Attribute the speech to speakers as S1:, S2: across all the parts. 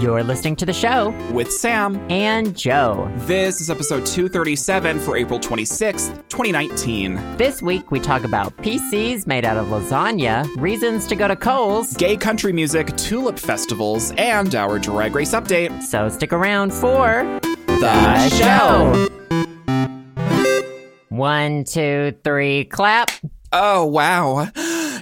S1: You're listening to the show
S2: with Sam.
S1: and Joe.
S2: This is episode 237 for April 26th, 2019.
S1: This week we talk about PCs made out of lasagna, reasons to go to Kohl's.
S2: Gay country music, tulip festivals, and our drag race update.
S1: So stick around for
S2: The
S1: show. One, two, three, clap.
S2: Oh, wow.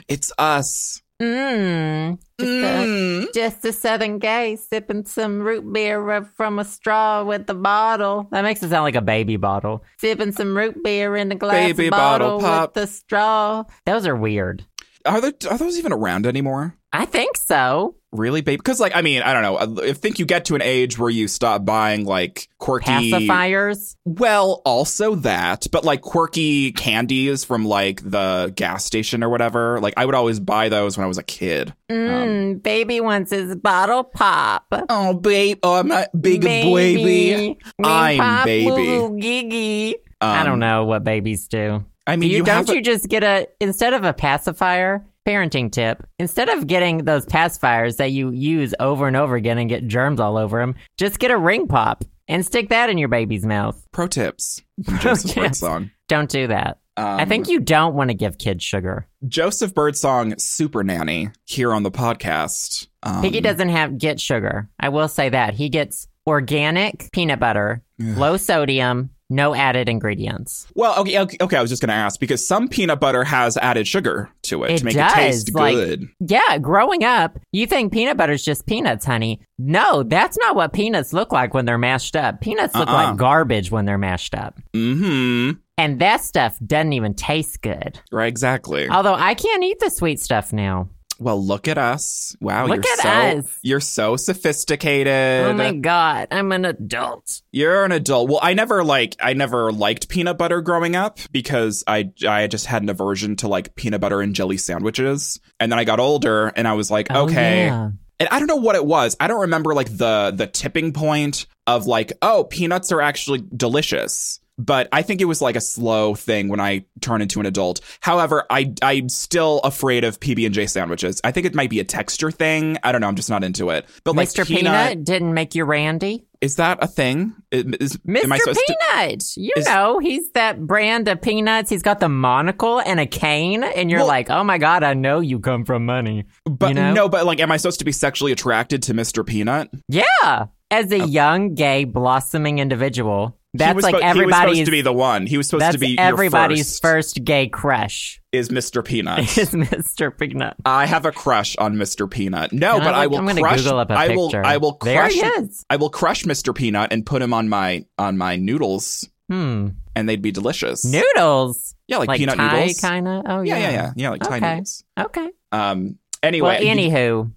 S2: It's us.
S1: Mmm.
S2: Mm.
S1: Just a southern gay sipping some root beer up from a straw with a bottle. That makes it sound like a baby bottle. Sipping some root beer in a glass
S2: Baby
S1: bottle,
S2: bottle pop.
S1: with a straw. Those are weird.
S2: Are, there, are those even around anymore?
S1: I think so.
S2: Really, babe? Because, like, I mean, I don't know. I think you get to an age where you stop buying, like, quirky.
S1: Pacifiers.
S2: Well, also that, but like quirky candies from like the gas station or whatever. Like, I would always buy those when I was a kid.
S1: Mm, baby wants his bottle pop.
S2: Oh, babe. Oh, I'm not big
S1: Baby. We
S2: I'm
S1: pop
S2: baby.
S1: woo giggy. I don't know what babies do.
S2: Um, I
S1: Do
S2: mean,
S1: you,
S2: you,
S1: don't
S2: have.
S1: you just get a instead of a pacifier parenting tip instead of getting those pacifiers that you use over and over again and get germs all over them just get a ring pop and stick that in your baby's mouth
S2: pro tips. Joseph
S1: tips.
S2: Birdsong.
S1: don't do that
S2: Um,
S1: i think you don't want to give kids sugar
S2: Joseph Birdsong, super nanny here on the podcast. Um,
S1: piggy doesn't have get sugar i will say that he gets organic peanut butter low sodium no added ingredients
S2: Well, okay, okay, okay. I was just going to ask because some peanut butter has added sugar to it,
S1: It
S2: to make
S1: does,
S2: it taste
S1: like-
S2: good.
S1: Yeah, growing up, you think peanut butter's just peanuts, honey. No, that's not what peanuts look like when they're mashed up. Peanuts look
S2: Uh-uh.
S1: like garbage when they're mashed up.
S2: Mm-hmm.
S1: And that stuff doesn't even taste good.
S2: Right, exactly.
S1: Although I can't eat the sweet stuff now.
S2: Well, look at us. Wow,
S1: Look
S2: you're
S1: at
S2: so
S1: us.
S2: you're so sophisticated.
S1: Oh my god, I'm an adult.
S2: You're an adult. Well, I never like I never liked peanut butter growing up because I I just had an aversion to like peanut butter and jelly sandwiches. And then I got older and I was like,
S1: Oh,
S2: okay.
S1: yeah.
S2: And I don't know what it was. I don't remember like the the tipping point of like, oh, peanuts are actually delicious. But I think it was like a slow thing when I turned into an adult. However, I I'm still afraid of PB and J sandwiches. I think it might be a texture thing. I don't know. I'm just not into it. But like
S1: Mr. Peanut, didn't make you randy.
S2: is that a thing? Is,
S1: Mr.
S2: Am I supposed to?
S1: Peanut, you
S2: is-
S1: know, he's that brand of peanuts. He's got the monocle and a cane, and you're
S2: Well-
S1: like, oh my god, I know you come from money.
S2: But
S1: you know?
S2: no, but like, am I supposed to be sexually attracted to Mr. Peanut?
S1: Yeah. As a young, gay, blossoming individual,
S2: he
S1: that's
S2: was
S1: like
S2: spo- He was
S1: everybody's.
S2: supposed to be the one. He was supposed
S1: that's
S2: to be your
S1: everybody's
S2: first.
S1: first. gay crush
S2: Is Mr.
S1: is
S2: Peanut?
S1: Mr. Peanut.
S2: I have a crush on Mr. Peanut. No,
S1: Can I
S2: but I
S1: look-
S2: will
S1: I'm gonna
S2: crush.
S1: Google up a
S2: I will.
S1: picture.
S2: I will
S1: There
S2: crush.
S1: he is.
S2: I will crush Mr. Peanut and put him on my on my noodles,
S1: Hmm.
S2: and they'd be delicious.
S1: Noodles.
S2: Yeah, like,
S1: Like,
S2: peanut
S1: Thai
S2: noodles.
S1: kind of. Oh
S2: yeah,
S1: yeah.
S2: yeah, yeah, yeah, like Thai
S1: Okay.
S2: noodles.
S1: Okay.
S2: Um. Anyway,
S1: well, anywho,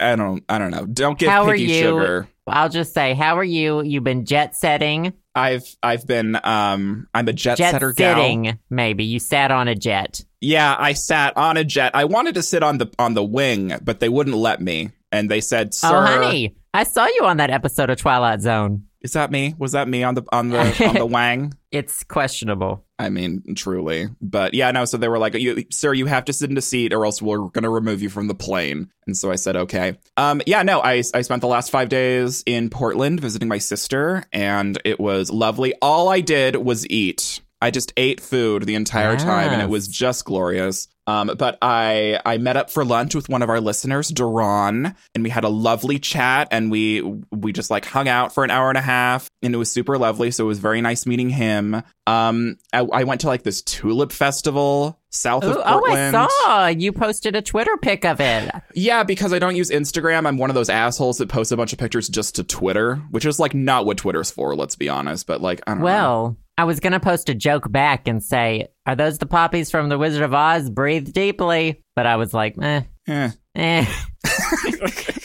S2: I don't. I don't know. Don't give
S1: How are
S2: piggy
S1: you?
S2: sugar.
S1: I'll just say, how are you? You've been jet setting,
S2: I've I've been um I'm a jet,
S1: jet
S2: setter gal.
S1: sitting. Maybe you sat on a jet.
S2: Yeah, I sat on a jet. I wanted to sit on the on the wing, but they wouldn't let me. And they said, "Sir,
S1: Oh, honey, I saw you on that episode of Twilight Zone.
S2: is that me? Was that me on the on the on the wang?"
S1: It's questionable.
S2: I mean, truly. But yeah, no. So they were like, you, "Sir, you have to sit in a seat, or else we're going to remove you from the plane." And so I said, "Okay." Um, yeah, no. I I spent the last five days in Portland visiting my sister, and it was lovely. All I did was eat. I just ate food the entire time, and it
S1: Yes.
S2: was just glorious. Um, but I I met up for lunch with one of our listeners, Duran, and we had a lovely chat, and we we just like hung out for an hour and a half, and it was super lovely. So it was very nice meeting him. Um, I, I went to like this tulip festival south
S1: Ooh,
S2: of
S1: oh,
S2: Portland. Uh-huh.
S1: I saw you posted a Twitter pic of it.
S2: Yeah, because I don't use Instagram. I'm one of those assholes that posts a bunch of pictures just to Twitter, which is like not what Twitter's for. Let's be honest. But like, I don't know.
S1: Well, I was going to post a joke back and say, Are those the poppies from The Wizard of Oz? Breathe deeply. But I was like, Eh,
S2: Eh.
S1: eh.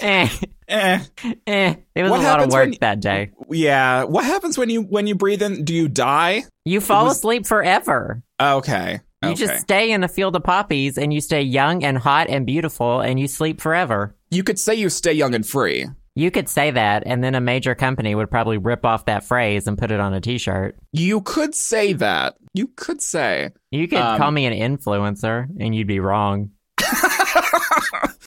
S1: eh,
S2: Eh.
S1: eh. It was a lot
S2: What
S1: of
S2: happens
S1: work
S2: when-
S1: that day.
S2: Yeah. What happens when you when you breathe in? Do you die?
S1: You fall
S2: was-
S1: asleep forever.
S2: Okay.
S1: You
S2: okay.
S1: just stay in a field of poppies and you stay young and hot and beautiful and you sleep forever.
S2: You could say you stay young and free.
S1: You could say that, and then a major company would probably rip off that phrase and put it on a t shirt.
S2: You could say that. You could say.
S1: You could
S2: Um,
S1: call me an influencer, and you'd be wrong.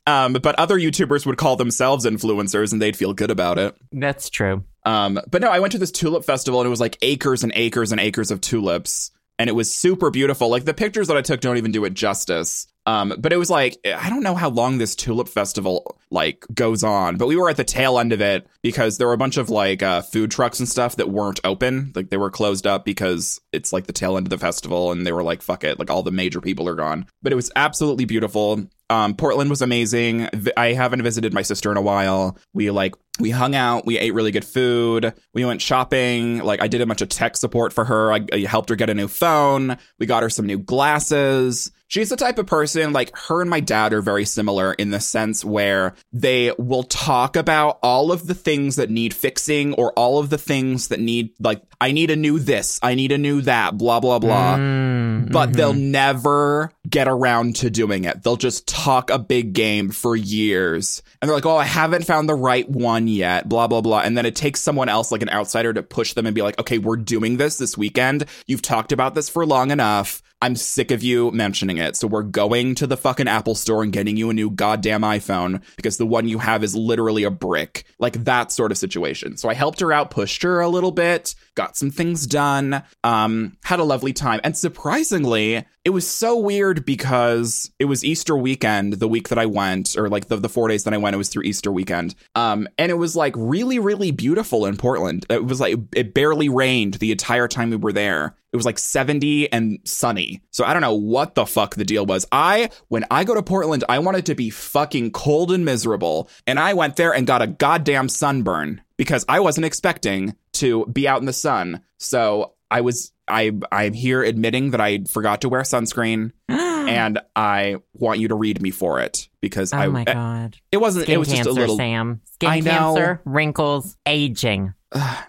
S2: um, but other YouTubers would call themselves influencers and they'd feel good about it.
S1: That's true.
S2: Um, but no, I went to this tulip festival and it was like acres and acres and acres of tulips. And it was super beautiful. Like the pictures that I took don't even do it justice. Um, but it was like I don't know how long this tulip festival like goes on, but we were at the tail end of it because there were a bunch of like uh, food trucks and stuff that weren't open, like they were closed up because it's like the tail end of the festival, and they were like, "Fuck it!" Like all the major people are gone. But it was absolutely beautiful. Um, Portland was amazing. V- I haven't visited my sister in a while. We like we hung out. We ate really good food. We went shopping. Like I did a bunch of tech support for her. I, I helped her get a new phone. We got her some new glasses. She's the type of person like her and my dad are very similar in the sense where they will talk about all of the things that need fixing or all of the things that need like I need a new this, I need a new that, blah blah blah
S1: Mm,
S2: but
S1: mhm.
S2: they'll never get around to doing it. They'll just talk a big game for years. And they're like, oh, I haven't found the right one yet, blah, blah, blah. And then it takes someone else, like an outsider, to push them and be like, okay, we're doing this this weekend. You've talked about this for long enough. I'm sick of you mentioning it. So we're going to the fucking Apple store and getting you a new goddamn iPhone because the one you have is literally a brick. Like that sort of situation. So I helped her out, pushed her a little bit, got some things done, um, had a lovely time. And surprisingly, it was so weird because it was Easter weekend, the week that I went, or like the, the four days that I went, it was through Easter weekend. Um, and it was like really, really beautiful in Portland. It was like it barely rained the entire time we were there. It was like 70 and sunny. So I don't know what the fuck the deal was. I, when I go to Portland, I want it to be fucking cold and miserable. And I went there and got a goddamn sunburn because I wasn't expecting to be out in the sun. So I was, I, I'm here admitting that I forgot to wear sunscreen and I want you to read me for it because
S1: Hmm. oh
S2: I,
S1: my god.
S2: it wasn't,
S1: Skin
S2: it was
S1: cancer,
S2: just a little,
S1: Sam. Skin
S2: I know.
S1: cancer, wrinkles, aging.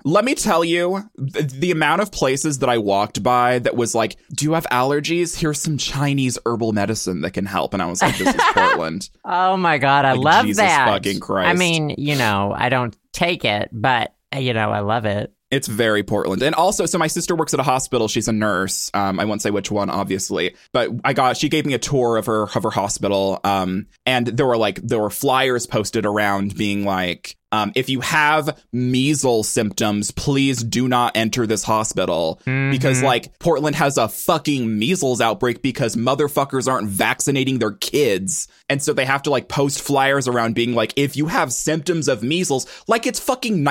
S2: Let me tell you, th- the amount of places that I walked by that was like, "Do you have allergies? Here's some Chinese herbal medicine that can help." And I was like, "This is Portland."
S1: Oh my god, I
S2: Like,
S1: love
S2: Jesus
S1: that.
S2: fucking Christ.
S1: I mean, you know, I don't take it, but uh, you know, I love it.
S2: It's very Portland. And also, so my sister works at a hospital. She's a nurse. Um, I won't say which one, obviously, but I got, she gave me a tour of her, of her hospital. Um, and there were like, there were flyers posted around being like, um, if you have measles symptoms, please do not enter this hospital because like Portland has a fucking measles outbreak because motherfuckers aren't vaccinating their kids. And so they have to like post flyers around being like, if you have symptoms of measles, like it's fucking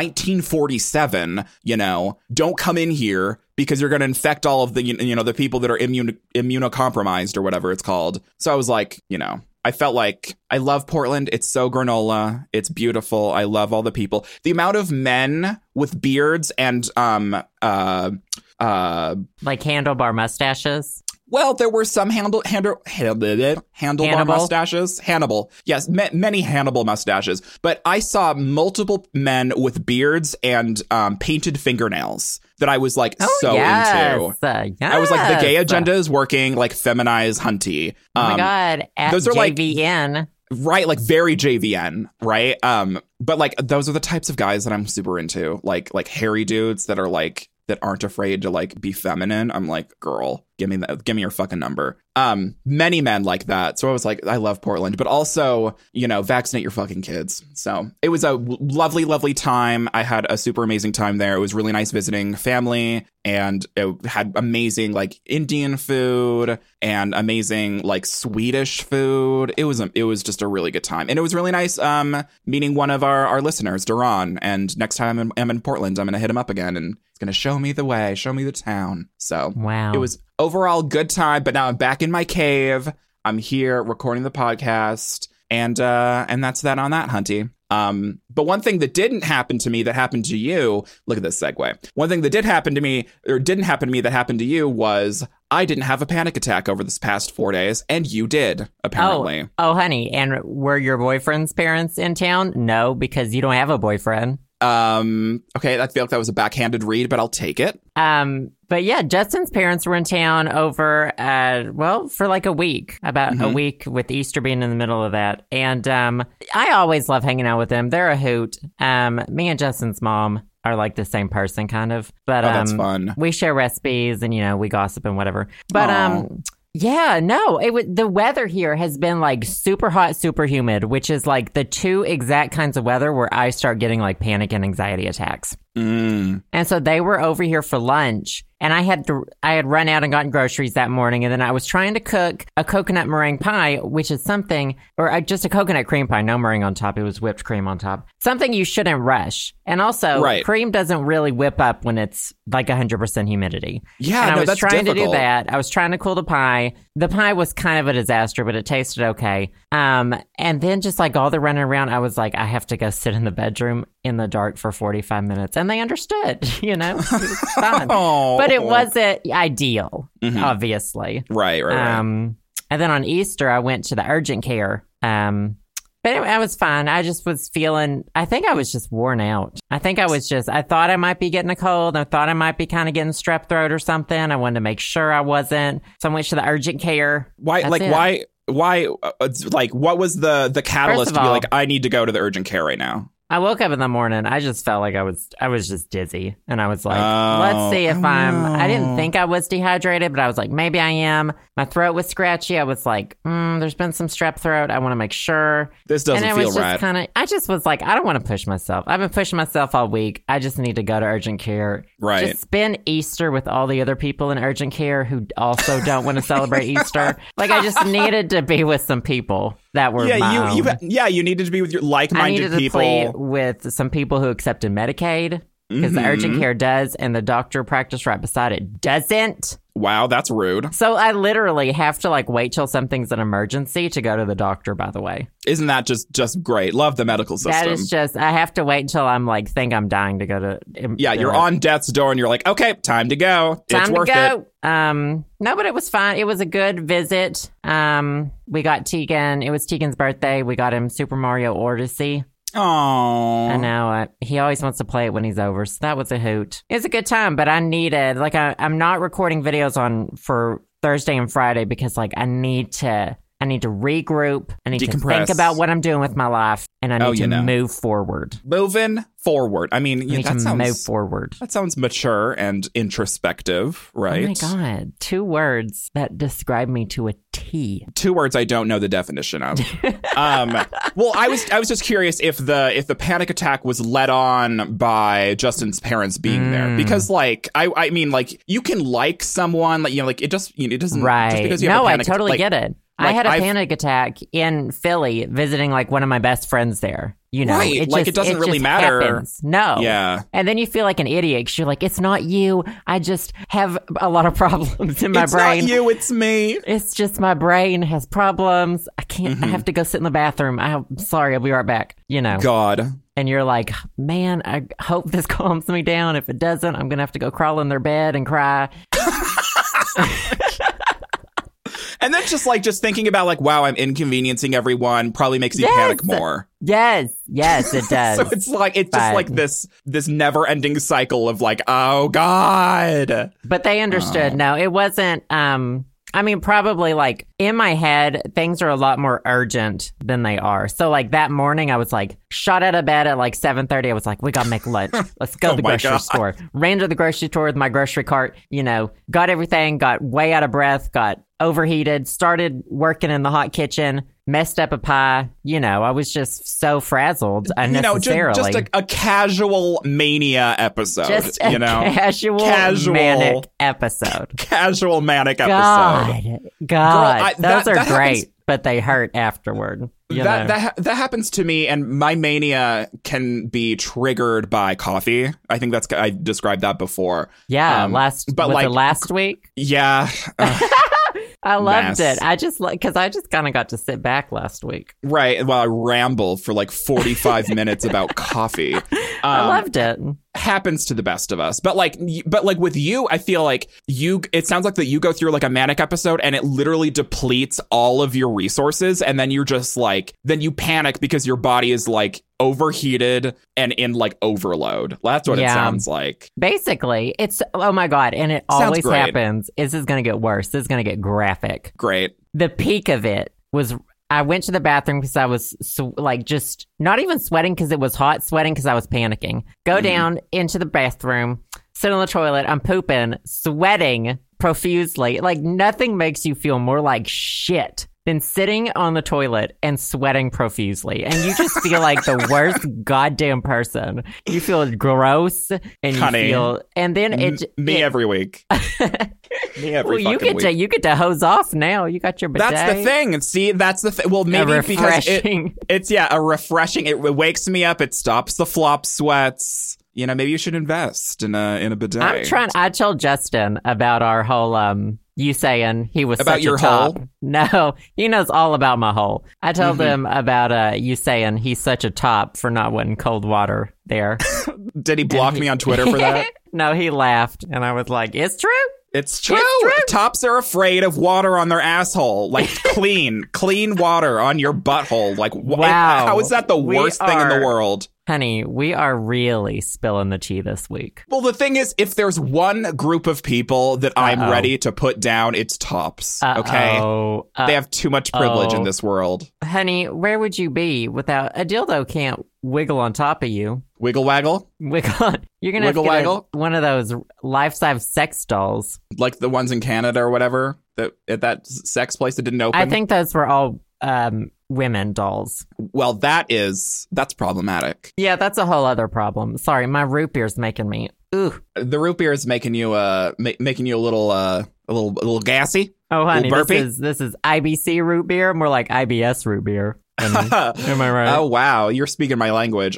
S2: 1947, you know, don't come in here because you're going to infect all of the, you you know, the people that are immune, immunocompromised or whatever it's called. So I was like, you know, I felt like I love Portland. It's so granola. It's beautiful. I love all the people. The amount of men with beards and um uh uh
S1: Like handlebar mustaches.
S2: well, there were some handle handle handle handlebar
S1: Hannibal?
S2: mustaches. Hannibal, yes, ma- many Hannibal mustaches. But I saw multiple men with beards and um, painted fingernails that I was like so
S1: Oh, yes.
S2: into.
S1: Uh, yes.
S2: I was like, the gay agenda is working. Like feminize hunty.
S1: Oh
S2: Um,
S1: my god. At
S2: those are like-
S1: JVN.
S2: right like very jvn right um but like those are the types of guys that i'm super into like like hairy dudes that are like that aren't afraid to like be feminine i'm like girl give me that give me your fucking number um many men like that so i was like i love portland but also you know vaccinate your fucking kids so it was a w- lovely lovely time i had a super amazing time there it was really nice visiting family and it had amazing like Indian food and amazing like Swedish food. It was it was just a really good time, and it was really nice um meeting one of our our listeners, Duran. And next time I'm in, I'm in Portland, I'm gonna hit him up again, and he's gonna show me the way, show me the town. So
S1: Wow.
S2: it was overall good time, but now I'm back in my cave. I'm here recording the podcast, and uh, and that's that on that, Hunty. Um, but one thing that didn't happen to me that happened to you. Look at this segue. One thing that did happen to me, or didn't happen to me that happened to you, was I didn't have a panic attack over this past four days, and you did apparently.
S1: Oh, oh, honey. And were your boyfriend's parents in town? No, because you don't have a boyfriend.
S2: Um, okay, I feel like that was a backhanded read, but I'll take it.
S1: Um, but yeah, Justin's parents were in town over, uh, well, for like a week, about a
S2: Mhm.
S1: week with Easter being in the middle of that. And, um, I always love hanging out with them. They're a hoot. Um, me and Justin's mom are like the same person, kind of. But,
S2: Oh,
S1: um,
S2: that's fun.
S1: we share recipes and, you know, we gossip and whatever. But,
S2: Aw.
S1: um, Yeah, no. It w- the weather here has been like super hot, super humid, which is like the two exact kinds of weather where I start getting like panic and anxiety attacks.
S2: Mm.
S1: And so they were over here for lunch, and I had to, I had run out and gotten groceries that morning, and then I was trying to cook a coconut meringue pie, which is something, or uh, just a coconut cream pie, no meringue on top. It was whipped cream on top. Something you shouldn't rush, and also
S2: Right.
S1: cream doesn't really whip up when it's like 100% humidity.
S2: Yeah,
S1: and I
S2: no,
S1: was
S2: that's
S1: trying to do
S2: difficult.
S1: that. I was trying to cool the pie. The pie was kind of a disaster, but it tasted okay. Um, and then just like all the running around, I was like, I have to go sit in the bedroom in the dark for forty five minutes, and they understood. You know, It was fine.
S2: Oh.
S1: but it wasn't ideal,
S2: Mhm.
S1: obviously.
S2: Right, right, right.
S1: Um, and then on Easter, I went to the urgent care. Um, but anyway, I was fine. I just was feeling, I think I was just worn out. I think I was just, I thought I might be getting a cold. I thought I might be kind of getting strep throat or something. I wanted to make sure I wasn't. So I went to the urgent care.
S2: why,
S1: that's
S2: like,
S1: it.
S2: why, why, uh, it's like, what was the the catalyst
S1: of
S2: to be
S1: all-
S2: like, I need to go to the urgent care right now?
S1: I woke up in the morning. I just felt like I was, I was just dizzy. And I was like,
S2: Oh.
S1: let's see if
S2: Oh,
S1: I'm, I didn't
S2: no.
S1: think I was dehydrated, but I was like, maybe I am. My throat was scratchy. I was like, mm, there's been some strep throat. I want to make sure.
S2: This doesn't
S1: and I
S2: feel
S1: was
S2: right.
S1: just kind of, I just was like, I don't want to push myself. I've been pushing myself all week. I just need to go to urgent care.
S2: Right.
S1: Just spend Easter with all the other people in urgent care who also don't want to celebrate Easter. Like I just needed to be with some people that were my
S2: yeah, you, you,
S1: own.
S2: yeah, you needed to be with your
S1: I
S2: like-minded
S1: needed to
S2: people.
S1: play with some people who accepted Medicaid because the
S2: Mm-hmm.
S1: urgent care does, and the doctor practice right beside it doesn't.
S2: Wow, that's rude.
S1: So I literally have to like wait till something's an emergency to go to the doctor. By the way.
S2: Isn't that just just great? Love the medical system.
S1: That is just. I have to wait until I'm like think I'm dying to go to.
S2: yeah, you're on death's door, and you're like, okay, time to go.
S1: Time
S2: it's worth
S1: to
S2: it.
S1: go. Um, no, but it was fine. It was a good visit. Um, we got Tegan. It was Tegan's birthday. We got him Super Mario Odyssey.
S2: Oh,
S1: I know uh, he always wants to play it when he's over, so that was a hoot. It was a good time, but I needed like I, I'm not recording videos on for Thursday and Friday because like I need to. I need to regroup. I need to
S2: Decompress.
S1: think about what I'm doing with my life, and I need
S2: Oh,
S1: to
S2: you know.
S1: move forward.
S2: Moving forward. I mean,
S1: I
S2: yeah,
S1: need
S2: that
S1: to
S2: sounds
S1: move forward.
S2: that sounds mature and introspective, right?
S1: Oh my god, two words that describe me to a T.
S2: two words I don't know the definition of. um, well, I was I was just curious if the if the panic attack was led on by Justin's parents being
S1: Mm.
S2: there because like I I mean like you can like someone like you know like it just you know, it doesn't just
S1: Right.
S2: because you have
S1: No,
S2: a
S1: I
S2: panic,
S1: totally
S2: like,
S1: get it. I
S2: like,
S1: had a
S2: I've-
S1: panic attack in Philly visiting like one of my best friends there. You know,
S2: Right, like, it doesn't really matter.
S1: happens. No.
S2: Yeah.
S1: And then you feel like an idiot because you're like, it's not you. I just have a lot of problems in my
S2: it's
S1: brain.
S2: not you, it's me.
S1: It's just my brain has problems. I can't.
S2: Mm-hmm.
S1: I have to go sit in the bathroom. I'm sorry. I'll be right back. You know.
S2: God.
S1: and you're like, man, I hope this calms me down. If it doesn't, I'm gonna have to go crawl in their bed and cry.
S2: And then just like just thinking about like wow, I'm inconveniencing everyone probably makes you
S1: Yes.
S2: panic more.
S1: Yes, yes, it does.
S2: So it's like it's just
S1: But-
S2: like this this never ending cycle of like oh god.
S1: but they understood.
S2: Oh.
S1: No, it wasn't. Um, I mean, probably like in my head, things are a lot more urgent than they are. So like that morning, I was like shot out of bed at like seven thirty. I was like, we gotta make lunch. Let's go to the
S2: Oh my
S1: grocery
S2: God.
S1: store. Ran to the grocery store with my grocery cart. You know, got everything. Got way out of breath. Got overheated. Started working in the hot kitchen. Messed up a pie. You know, I was just so frazzled
S2: you know, ju-
S1: unnecessarily.
S2: just, a, a casual mania episode.
S1: Just a
S2: you know,
S1: casual,
S2: Casual.
S1: manic episode.
S2: casual manic episode.
S1: God, God,
S2: I-
S1: those
S2: that-
S1: are
S2: that
S1: great,
S2: happens-
S1: but they hurt afterward. You
S2: That,
S1: know?
S2: that ha- that happens to me, and my mania can be triggered by coffee. I think that's I described that before.
S1: yeah,
S2: um,
S1: last
S2: but
S1: was it
S2: like-
S1: last week,
S2: Yeah, Ugh,
S1: I loved
S2: mess.
S1: it. I just because I just kind of got to sit back last week.
S2: right. Well, I ramble for like forty five minutes about coffee. Um,
S1: I loved it.
S2: happens to the best of us. But like, y- but like with you, I feel like you. It sounds like that you go through like a manic episode, and it literally depletes all of your resources, and then you're just like, then you panic because your body is like overheated and in like overload. That's what
S1: Yeah.
S2: it sounds like.
S1: Basically, it's oh my god, and it
S2: Sounds
S1: always
S2: great.
S1: happens. This is going to get worse. This is going to get graphic.
S2: Great.
S1: the peak of it was I went to the bathroom because I was sw- like just not even sweating because it was hot, sweating because I was
S2: Mm-hmm.
S1: panicking. Go down into the bathroom, sit on the toilet. I'm pooping, sweating profusely. Like nothing makes you feel more like shit than sitting on the toilet and sweating profusely. And you just feel like the worst goddamn person. You feel gross and
S2: Honey,
S1: you feel and then it
S2: M- me
S1: it-
S2: every week. me every
S1: well, you
S2: fucking
S1: get to
S2: week.
S1: you get to hose off now. You got your bidet.
S2: That's the thing. See, that's the thing. Well,
S1: A
S2: maybe because it,
S1: refreshing.
S2: it's yeah, a refreshing. It wakes me up. It stops the flop sweats. You know, maybe you should invest in a in a bidet.
S1: I'm trying. I told Justin about our whole um you saying he was
S2: About
S1: such
S2: your
S1: a top.
S2: hole?
S1: No, he knows all about my hole. I told
S2: Mhm.
S1: him about uh you saying he's such a top for not wanting cold water there.
S2: Did he block me on Twitter for that?
S1: no, he laughed, and I was like, "It's true."
S2: It's true. Tops are afraid of water on their asshole. Like clean, clean water on your butthole. Like wh-
S1: Wow.
S2: How is that the
S1: We
S2: worst thing in
S1: are-
S2: the world?
S1: Honey, we are really spilling the tea this week.
S2: Well, the thing is, if there's one group of people that I'm
S1: Uh-oh.
S2: ready to put down, it's tops. Okay.
S1: Uh-oh. Uh,
S2: They have too much privilege in
S1: Uh-oh.
S2: this world.
S1: honey, where would you be without a dildo? Can't wiggle on top of you.
S2: Wiggle waggle,
S1: Wiggle. on- You're gonna
S2: Wiggle
S1: have to get a-
S2: waggle?
S1: one of those life-size sex dolls.
S2: like the ones in Canada or whatever, that at that sex place that didn't open.
S1: I think those were all um, women dolls.
S2: well, that is that's problematic.
S1: Yeah, that's a whole other problem. Sorry, my root beer's making me. Ooh.
S2: The root beer is making you uh ma- making you a little uh a little a little gassy.
S1: Oh, honey, this
S2: burpee?
S1: is this is IBC root beer, more like IBS root beer. Honey. Am I right?
S2: Oh wow, you're speaking my language.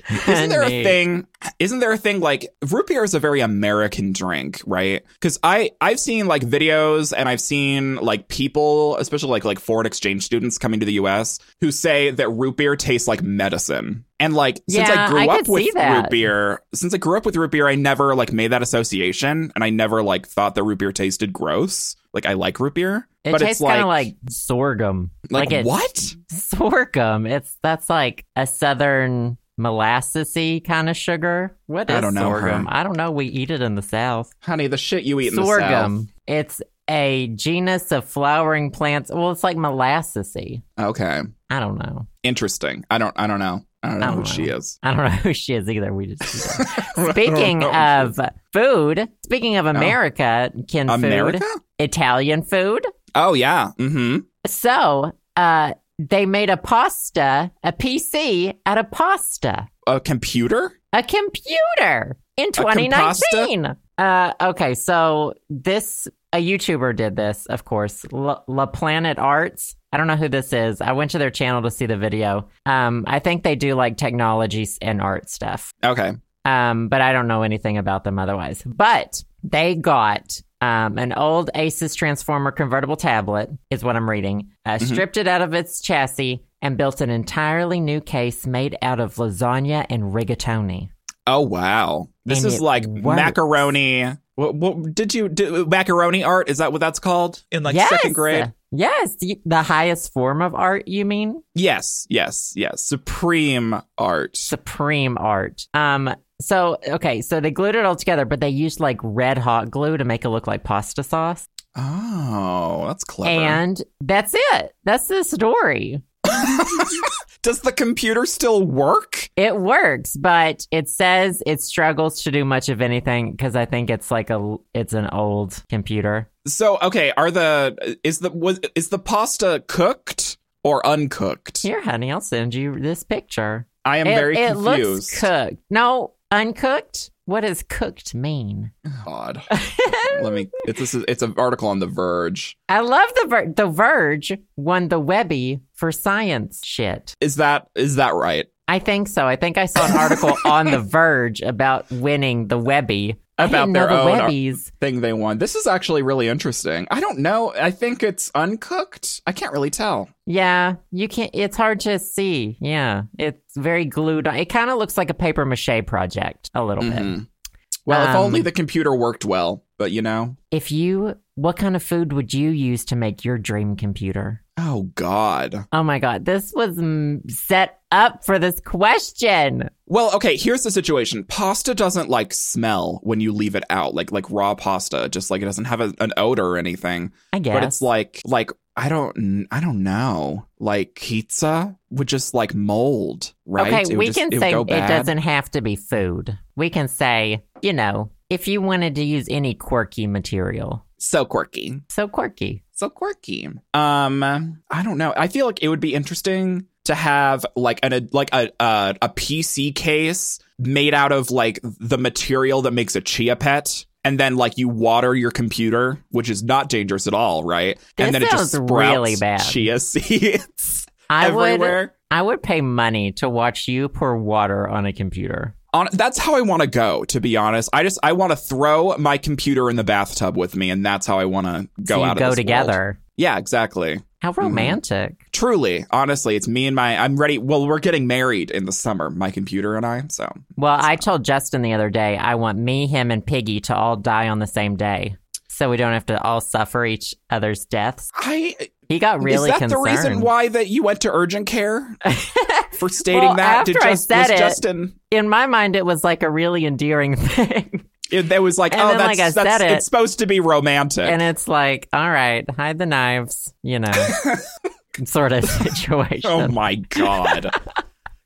S2: Isn't there a
S1: Neat.
S2: thing? Isn't there a thing like root beer is a very American drink, right? Because I I've seen like videos and I've seen like people, especially like like foreign exchange students coming to the U.S. who say that root beer tastes like medicine. And like since I
S1: Yeah,
S2: grew
S1: I
S2: up
S1: could
S2: with
S1: see that.
S2: root beer, since I grew up with root beer, I never like made that association, and I never like thought that root beer tasted gross. Like I like root beer,
S1: it
S2: but
S1: tastes
S2: it's like
S1: kind of like sorghum.
S2: like,
S1: it-
S2: what?
S1: Sorghum. It's that's like a southern molassesy kind of sugar. What is
S2: I don't know her.
S1: sorghum? I don't know. We eat it in the south.
S2: Honey, the shit you eat in the South.
S1: sorghum. It's a genus of flowering plants. Well, it's like molassesy.
S2: Okay.
S1: I don't know.
S2: interesting. I don't I don't know. I don't know
S1: I
S2: who
S1: don't
S2: she
S1: know.
S2: is.
S1: I don't know who she is either. We just
S2: I
S1: speaking
S2: don't know.
S1: of food. Speaking of America, can
S2: Oh. America?
S1: food Italian food?
S2: Oh yeah. Mm-hmm.
S1: So, uh, they made a pasta, a PC out of pasta.
S2: A computer?
S1: a computer in 2019. Uh, okay, so this a YouTuber did this, of course, La, La Planet Arts. I don't know who this is. I went to their channel to see the video. Um, I think they do like technologies and art stuff.
S2: Okay.
S1: Um, but I don't know anything about them otherwise. But they got um, an old Asus Transformer convertible tablet, is what I'm reading, uh, stripped it out of its chassis and built an entirely new case made out of lasagna and rigatoni.
S2: Oh wow. This
S1: And
S2: is
S1: it
S2: like
S1: works.
S2: macaroni. What, what did you do? Macaroni art? Is that what that's called in like second grade?
S1: Yes, y- the highest form of art, you mean?
S2: Yes. Yes. Yes. Supreme art.
S1: Supreme art. Um so okay, so they glued it all together, but they used like red hot glue to make it look like pasta sauce.
S2: oh, that's clever.
S1: And that's it. That's the story.
S2: Does the computer still work?
S1: It works, but it says it struggles to do much of anything because I think it's like a it's an old computer.
S2: So okay, are the is the was is the pasta cooked or uncooked?
S1: Here, honey, I'll send you this picture.
S2: I am
S1: it
S2: very
S1: it
S2: confused.
S1: looks cooked. No, uncooked? What does cooked mean?
S2: God. Let me. It's this is it's an article on The Verge.
S1: I love the Ver- the Verge won the Webby for science shit.
S2: Is that is that right?
S1: I think so. I think I saw an article on the Verge about winning the Webby. I
S2: About
S1: didn't
S2: their
S1: know the
S2: own ar-
S1: Webbies.
S2: Thing they won. This is actually really interesting. I don't know. I think it's uncooked. I can't really tell.
S1: Yeah, you can't. It's hard to see. Yeah, it's very glued on. It kind of looks like a paper mache project a little bit.
S2: Mhm. Well, if
S1: Um,
S2: only the computer worked well. But you know.
S1: If you, what kind of food would you use to make your dream computer?
S2: Oh God.
S1: Oh my god, this was mm, set up for this question.
S2: Well, okay. Here's the situation. Pasta doesn't like smell when you leave it out, like like raw pasta. Just like it doesn't have a, an odor or anything.
S1: I guess,
S2: But it's like like I don't I don't know. Like pizza would just like mold, right? It
S1: okay,
S2: would
S1: we
S2: just-
S1: can
S2: it would
S1: say
S2: go
S1: it
S2: bad.
S1: doesn't have to be food. We can say, you know, if you wanted to use any quirky material,
S2: So quirky.
S1: So quirky.
S2: So quirky. Um, I don't know. I feel like it would be interesting to have like an a, like a, a a PC case made out of like the material that makes a chia pet. And then, like, you water your computer, which is not dangerous at all, right? and
S1: This
S2: then it just
S1: sounds
S2: sprouts
S1: really bad.
S2: chia seeds
S1: I would
S2: everywhere.
S1: I would pay money to watch you pour water on a computer.
S2: On, that's how I want to go. To be honest, I just I want to throw my computer in the bathtub with me, and that's how I want to go
S1: so you
S2: out. of
S1: go
S2: this
S1: together.
S2: world. Mm-hmm. Yeah, exactly.
S1: How romantic.
S2: Truly, honestly, it's me and my. I'm ready. Well, we're getting married in the summer. My computer and I. So
S1: Well, I told Justin the other day I want me, him, and Piggy to all die on the same day. So we don't have to all suffer each other's deaths.
S2: I
S1: He got really
S2: is that
S1: concerned.
S2: the reason why that you went to urgent care for stating
S1: Well,
S2: that?
S1: after I
S2: Jus-
S1: said
S2: was
S1: it-
S2: Justin?
S1: In my mind, it was like a really endearing thing.
S2: It, that was like,
S1: And
S2: oh,
S1: then, like
S2: that's
S1: I said
S2: that's
S1: it-
S2: it's supposed to be romantic.
S1: and it's like, all right, hide the knives, you know, sort of situation.
S2: oh my god.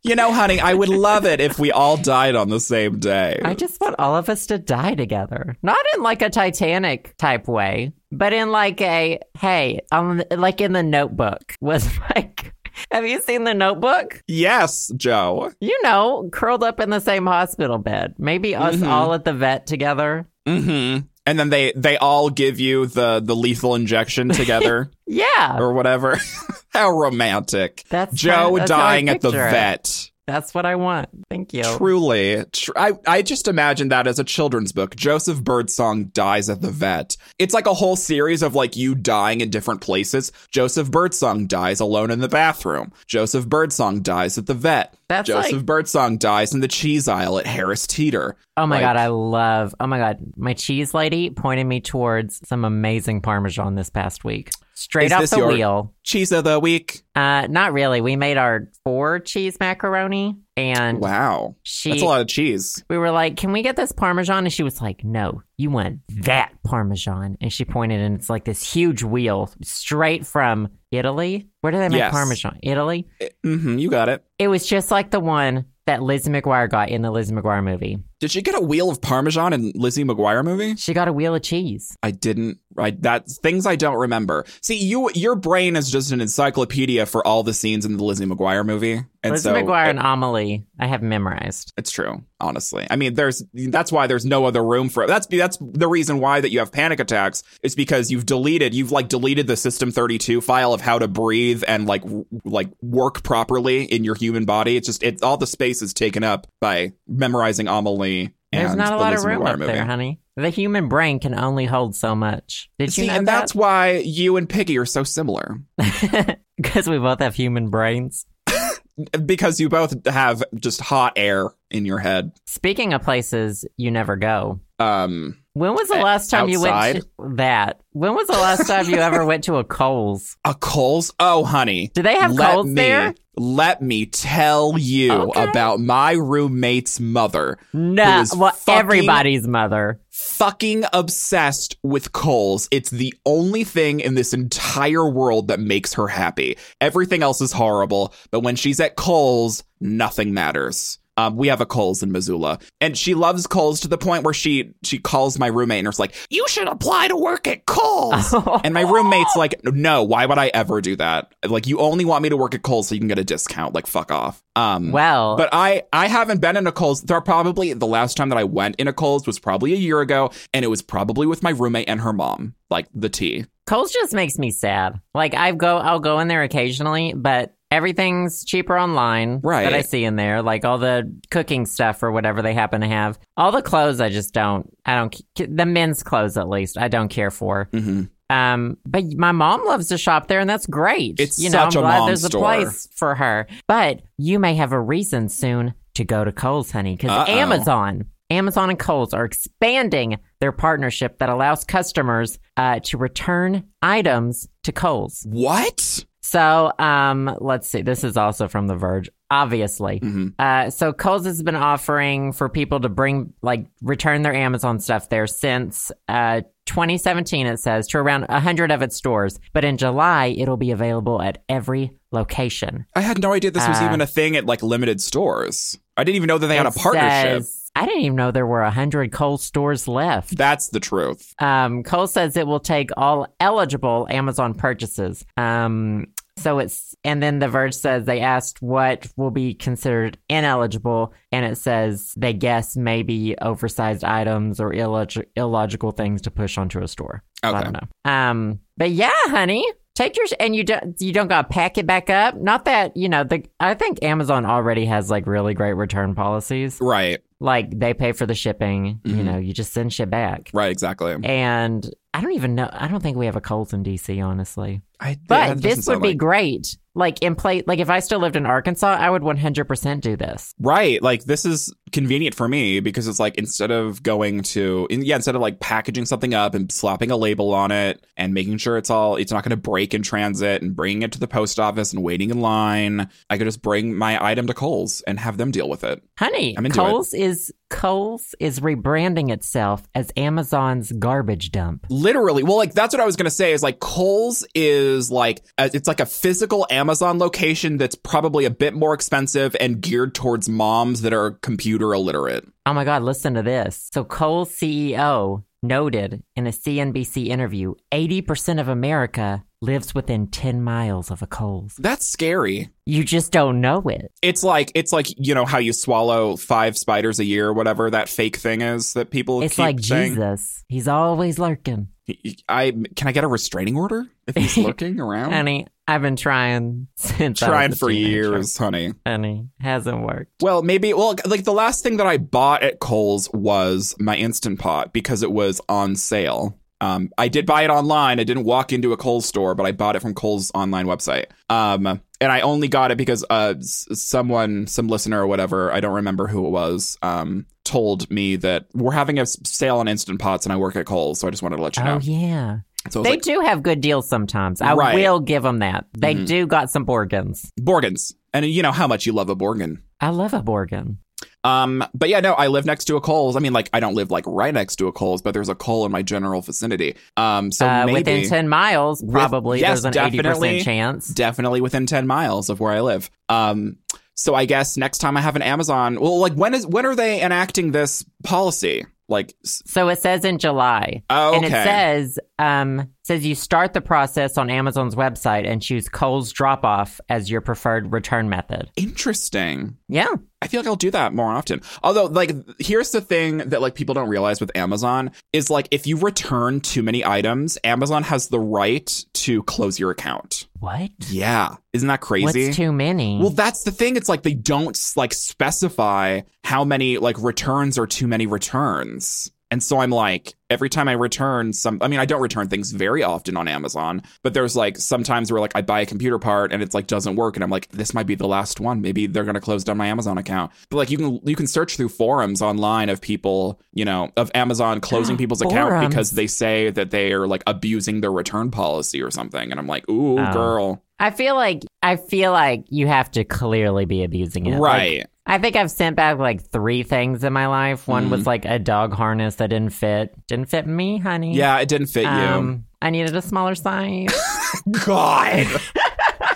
S2: You know, honey, I would love it if we all died on the same day.
S1: I just want all of us to die together. Not in like a Titanic type way, but in like a hey, um, like in the Notebook was like. Have you seen the Notebook?
S2: yes, Joe.
S1: You know, curled up in the same hospital bed. Maybe us
S2: Mhm.
S1: all at the vet together.
S2: hmm
S1: Mm-hmm.
S2: And then they they all give you the the lethal injection together
S1: Yeah,
S2: or whatever. How romantic.
S1: that's
S2: Joe
S1: how- that's how I
S2: dying at the
S1: picture it.
S2: vet.
S1: That's what I want. Thank you.
S2: Truly, tr- I I just imagine that as a children's book. Joseph Birdsong dies at the vet. It's like a whole series of like you dying in different places. Joseph Birdsong dies alone in the bathroom. Joseph Birdsong dies at the vet.
S1: That's
S2: Joseph
S1: like-
S2: Birdsong dies in the cheese aisle at Harris Teeter.
S1: Oh my
S2: Like-
S1: god, I love. Oh my god, my cheese lady pointed me towards some amazing Parmesan this past week, straight
S2: Is
S1: off
S2: this
S1: the
S2: your-
S1: wheel.
S2: Cheese of the week.
S1: Uh, not really. We made our four cheese macaroni, and
S2: Wow,
S1: she.
S2: that's a lot of cheese.
S1: we were like, "Can we get this parmesan?" And she was like, "No, you want that parmesan." And she pointed, and it's like this huge wheel straight from Italy. Where do they make
S2: Yes.
S1: parmesan? Italy.
S2: hmm you got it.
S1: It was just like the one that Lizzie McGuire got in the Lizzie McGuire movie.
S2: Did she get a wheel of Parmesan in Lizzie McGuire movie?
S1: She got a wheel of cheese.
S2: I didn't. I that things I don't remember. See, you your brain is just an encyclopedia for all the scenes in the Lizzie McGuire movie, and
S1: Lizzie
S2: so
S1: McGuire
S2: it-
S1: and Amelie, I have memorized.
S2: it's true. Honestly, I mean, there's that's why there's no other room for it. That's that's the reason why that you have panic attacks is because you've deleted you've like deleted the System 32 file of how to breathe and like w- like work properly in your human body. It's just it's all the space is taken up by memorizing Amelie.
S1: There's
S2: and
S1: not a
S2: the
S1: lot of
S2: Lizzie
S1: room
S2: McGuire
S1: up
S2: movie.
S1: there, honey. The human brain can only hold so much. Did
S2: See,
S1: you know
S2: and
S1: that?
S2: that's why you and Piggy are so similar.
S1: Because we both have human brains.
S2: because you both have just hot air in your head.
S1: Speaking of places you never go,
S2: Um,
S1: when was the
S2: Eh,
S1: last time
S2: outside?
S1: you went to that? When was the last time you ever went to a Kohl's?
S2: a Coles. Oh, honey.
S1: Do they have
S2: let
S1: Kohl's
S2: me,
S1: there?
S2: Let me tell you
S1: Okay.
S2: about my roommate's mother. It
S1: No.
S2: was
S1: Well,
S2: fucking-
S1: everybody's mother.
S2: Fucking obsessed with Coles. It's the only thing in this entire world that makes her happy. Everything else is horrible, but when she's at Coles, nothing matters. Um, we have a Coles in Missoula, and she loves Coles to the point where she she calls my roommate and is like, "You should apply to work at Coles." And my roommate's like, no, why would I ever do that? Like, you only want me to work at Kohl's so you can get a discount. Like, fuck off. Um,
S1: well,
S2: but I, I haven't been in a Kohl's. There are probably the last time that I went in a Kohl's was probably a year ago, and it was probably with my roommate and her mom, like the tea.
S1: Kohl's just makes me sad. Like I go, I'll go in there occasionally, but everything's cheaper online
S2: Right.
S1: that I see in there. Like all the cooking stuff or whatever they happen to have. All the clothes, I just don't. I don't. c- The men's clothes, at least, I don't care for.
S2: Mm-hmm.
S1: Um, but my mom loves to shop there, and that's great.
S2: It's
S1: you know,
S2: such
S1: I'm
S2: a
S1: glad
S2: mom
S1: there's
S2: store.
S1: a place for her. But you may have a reason soon to go to Kohl's, honey, because
S2: Uh-oh.
S1: Amazon, Amazon and Kohl's are expanding their partnership that allows customers uh, to return items to Kohl's.
S2: What?
S1: So, um, let's see. This is also from The Verge, obviously.
S2: hmm
S1: Uh, so Kohl's has been offering for people to bring, like, return their Amazon stuff there since uh, 2017. It says to around 100 of its stores, but in July it'll be available at every location.
S2: I had no idea this was
S1: Uh,
S2: even a thing at like limited stores. I didn't even know that they had a
S1: It
S2: partnership.
S1: says I didn't even know there were 100 Kohl stores left.
S2: That's the truth.
S1: Um, Kohl says it will take all eligible Amazon purchases. Um, so it's, and then The Verge says they asked what will be considered ineligible, and it says they guess maybe oversized items or illog- illogical things to push onto a store. So I
S2: Okay.
S1: don't know. Um, but yeah, honey, take your and you don't you don't gotta pack it back up. Not that you know the I think Amazon already has like really great return policies.
S2: Right.
S1: Like they pay for the shipping. You
S2: Mhm.
S1: know, you just send shit back.
S2: Right. Exactly.
S1: Eh, And I don't even know. I don't think we have a Kohl's in DC, honestly.
S2: I,
S1: But
S2: yeah, that doesn't
S1: this would
S2: sound
S1: be
S2: like-
S1: great. Like in play, like if I still lived in Arkansas, I would 100% do this.
S2: Right. Like this is convenient for me because it's like instead of going to in, yeah, instead of like packaging something up and slapping a label on it and making sure it's all it's not going to break in transit and bringing it to the post office and waiting in line, I could just bring my item to Kohl's and have them deal with it.
S1: Honey,
S2: I'm into it.
S1: Kohl's is Kohl's is rebranding itself as Amazon's garbage dump.
S2: Literally. Well, like that's what I was going to say is like Kohl's is like a, it's like a physical Amazon location that's probably a bit more expensive and geared towards moms that are computer illiterate.
S1: Oh my God, listen to this. So Kohl's CEO noted in a CNBC interview 80% of America lives within 10 miles of a Kohl's.
S2: That's scary.
S1: You just don't know it.
S2: It's like it's like you know how you swallow five spiders a year, or whatever that fake thing is that people.
S1: It's
S2: keep
S1: like
S2: saying.
S1: Jesus. He's always lurking.
S2: I can I get a restraining order if he's lurking around?
S1: Honey, I've been trying since I was
S2: Oh. Trying
S1: a
S2: for
S1: teenager.
S2: years, honey.
S1: Honey, hasn't worked.
S2: Well, maybe. Well, like the last thing that I bought at Kohl's was my Instant Pot because it was on sale. Um, I did buy it online. I didn't walk into a Kohl's store, but I bought it from Kohl's online website. Um, and I only got it because uh, s- someone, some listener or whatever, I don't remember who it was, um, told me that we're having a s- sale on Instant Pots, and I work at Kohl's, so I just wanted to let you
S1: Oh
S2: know.
S1: yeah,
S2: So I was
S1: they
S2: like,
S1: do have good deals sometimes. I
S2: Right.
S1: will give them that. They
S2: Mhm.
S1: do got some Borgans.
S2: Borgans, and you know how much you love a Borgan.
S1: I love a Borgan.
S2: Um, but yeah, no, I live next to a Coles. I mean, like, I don't live like right next to a Coles, but there's a Cole in my general vicinity. Um, so
S1: uh,
S2: maybe
S1: within ten miles,
S2: With-
S1: probably
S2: yes,
S1: there's an eighty
S2: definitely.
S1: percent chance.
S2: definitely within ten miles of where I live. Um, so I guess next time I have an Amazon, well, like when is when are they enacting this policy? Like, s-
S1: So it says in July,
S2: oh,
S1: and
S2: okay,
S1: it says um says you start the process on Amazon's website and choose Kohl's drop off as your preferred return method.
S2: interesting.
S1: Yeah,
S2: I feel like I'll do that more often. Although, like, here's the thing that like people don't realize with Amazon is like if you return too many items, Amazon has the right to close your account.
S1: what?
S2: Yeah, isn't that crazy?
S1: What's too many?
S2: Well, that's the thing. It's like they don't like specify how many like returns are too many returns. And so I'm like, every time I return some, I mean, I don't return things very often on Amazon, but there's like sometimes where like I buy a computer part and it's like doesn't work, and I'm like, this might be the last one. Maybe they're gonna close down my Amazon account. But like you can you can search through forums online of people, you know, of Amazon closing people's account
S1: Forums.
S2: because they say that they are like abusing their return policy or something. And I'm like, ooh,
S1: Oh.
S2: girl,
S1: I feel like I feel like you have to clearly be abusing it, Like,
S2: right?
S1: I think I've sent back like three things in my life. One
S2: Mm.
S1: was like a dog harness that didn't fit. Didn't fit me, honey.
S2: yeah, it didn't fit you.
S1: Um, I needed a smaller size.
S2: God.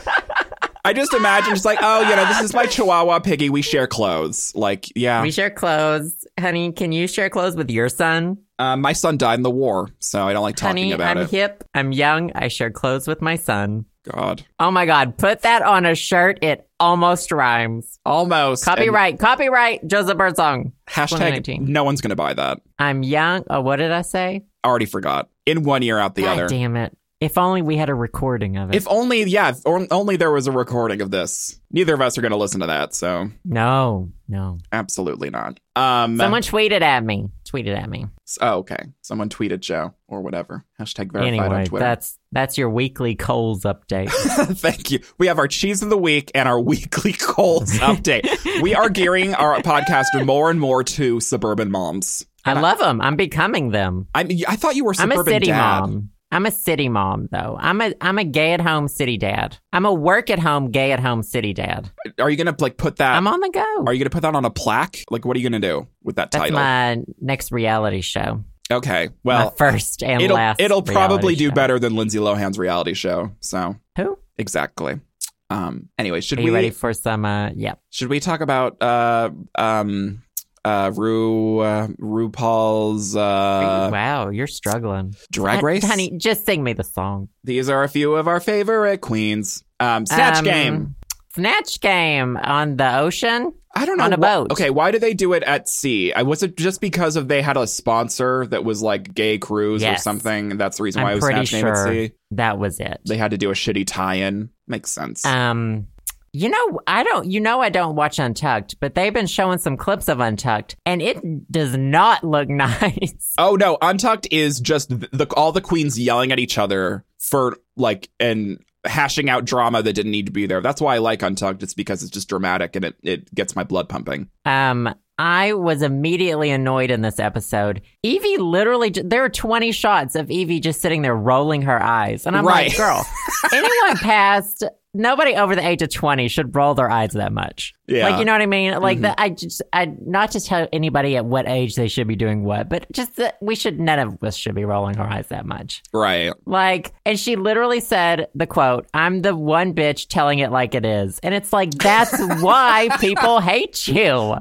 S2: I just imagine just like, oh, you know, this is my Chihuahua piggy. We share clothes. Like, yeah.
S1: we share clothes. Honey, can you share clothes with your son?
S2: Uh, my son died in the war, so I don't like talking
S1: honey,
S2: about
S1: I'm
S2: it.
S1: hip. I'm young. I share clothes with my son.
S2: God.
S1: Oh my God. Put that on a shirt. It almost rhymes.
S2: Almost. And
S1: Copyright. copyright. Joseph Birdsong.
S2: Hashtag
S1: 2019.
S2: no one's going to buy that.
S1: I'm young. Oh, what did I say?
S2: Already forgot. In one ear, out the
S1: God
S2: other.
S1: damn it. If only we had a recording of it.
S2: If only, yeah, if on- only there was a recording of this. Neither of us are going to listen to that, so
S1: no, no.
S2: absolutely not. Um,
S1: Someone tweeted at me. Tweeted at me.
S2: oh, okay. Someone tweeted Joe or whatever. Hashtag verified on
S1: Anyway,
S2: Twitter.
S1: that's that's your weekly Coles update.
S2: Thank you. We have our cheese of the week and our weekly Coles update. we are gearing our podcast more and more to suburban moms.
S1: I love them. I'm becoming them.
S2: I mean, I thought you were
S1: I'm
S2: suburban
S1: a city
S2: dad.
S1: mom. I'm a city mom though. I'm a I'm a gay at home city dad. I'm a work at home gay at home city dad.
S2: Are you gonna like put that?
S1: I'm on the go.
S2: Uh, are you gonna put that on a plaque? Like, what are you gonna do with that
S1: that's
S2: title?
S1: my next reality show.
S2: okay,
S1: Well,
S2: well,
S1: first and
S2: it'll
S1: last.
S2: it'll probably
S1: reality
S2: do
S1: show.
S2: better than Lindsay Lohan's reality show. So
S1: Who?
S2: exactly. Um. Anyway, should
S1: Are
S2: we
S1: you ready for some? Uh, yeah.
S2: should we talk about uh um uh, Ru uh, RuPaul's uh,
S1: wow, you're struggling.
S2: Drag
S1: Hon-
S2: Race.
S1: honey. Just sing me the song.
S2: These are a few of our favorite queens. Um, Snatch
S1: Um,
S2: Game.
S1: Snatch game on the ocean.
S2: I don't know.
S1: on a
S2: wh-
S1: boat.
S2: okay, why do they do it at sea? I was it just because of they had a sponsor that was like gay cruise or
S1: Yes.
S2: something. and That's the reason why
S1: I'm
S2: it was
S1: pretty
S2: Snatch Game at
S1: sure.
S2: sea.
S1: That was it.
S2: They had to do a shitty tie-in. Makes sense.
S1: Um, you know, I don't. You know, I don't watch Untucked, but they've been showing some clips of Untucked, and it does not look nice.
S2: Oh no, Untucked is just the, the all the queens yelling at each other for like and hashing out drama that didn't need to be there. That's why I like Untucked. It's because it's just dramatic and it, it gets my blood pumping.
S1: Um, I was immediately annoyed in this episode. Evie literally, j- there are 20 shots of Evie just sitting there rolling her eyes. And I'm
S2: Right.
S1: like, girl, anyone past, nobody over the age of 20 should roll their eyes that much.
S2: Yeah. Mm-hmm.
S1: Like, you know what I mean? Like, the, I just, I, not to tell anybody at what age they should be doing what, but just that we should, none of us should be rolling our eyes that much.
S2: Right.
S1: Like, and she literally said the quote, I'm the one bitch telling it like it is. And it's like, that's why people hate you.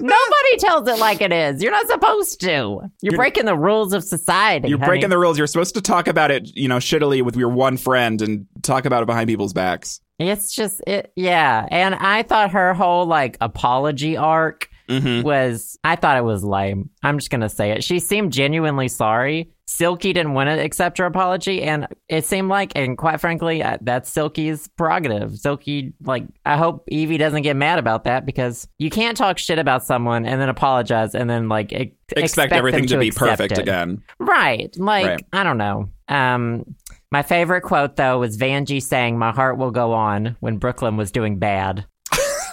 S1: Nobody tells it like it is. You're not supposed to. You're, breaking the rules of society.
S2: You're
S1: honey.
S2: breaking the rules. You're supposed to talk about it, you know, shittily with your one friend and talk about it behind people's backs.
S1: It's just, it, yeah. And I thought her whole like apology arc
S2: Mm-hmm.
S1: was, I thought it was lame. I'm just going to say it. She seemed genuinely sorry. Silky didn't want to accept her apology. And it seemed like, and quite frankly, I, that's Silky's prerogative. Silky, like, I hope Evie doesn't get mad about that because you can't talk shit about someone and then apologize and then, like, ex-
S2: Expect,
S1: expect them
S2: everything to, be
S1: accept it.
S2: perfect again.
S1: Right. Like,
S2: Right.
S1: I don't know. Um, my favorite quote, though, was Vanjie saying, My heart will go on when Brooklyn was doing bad.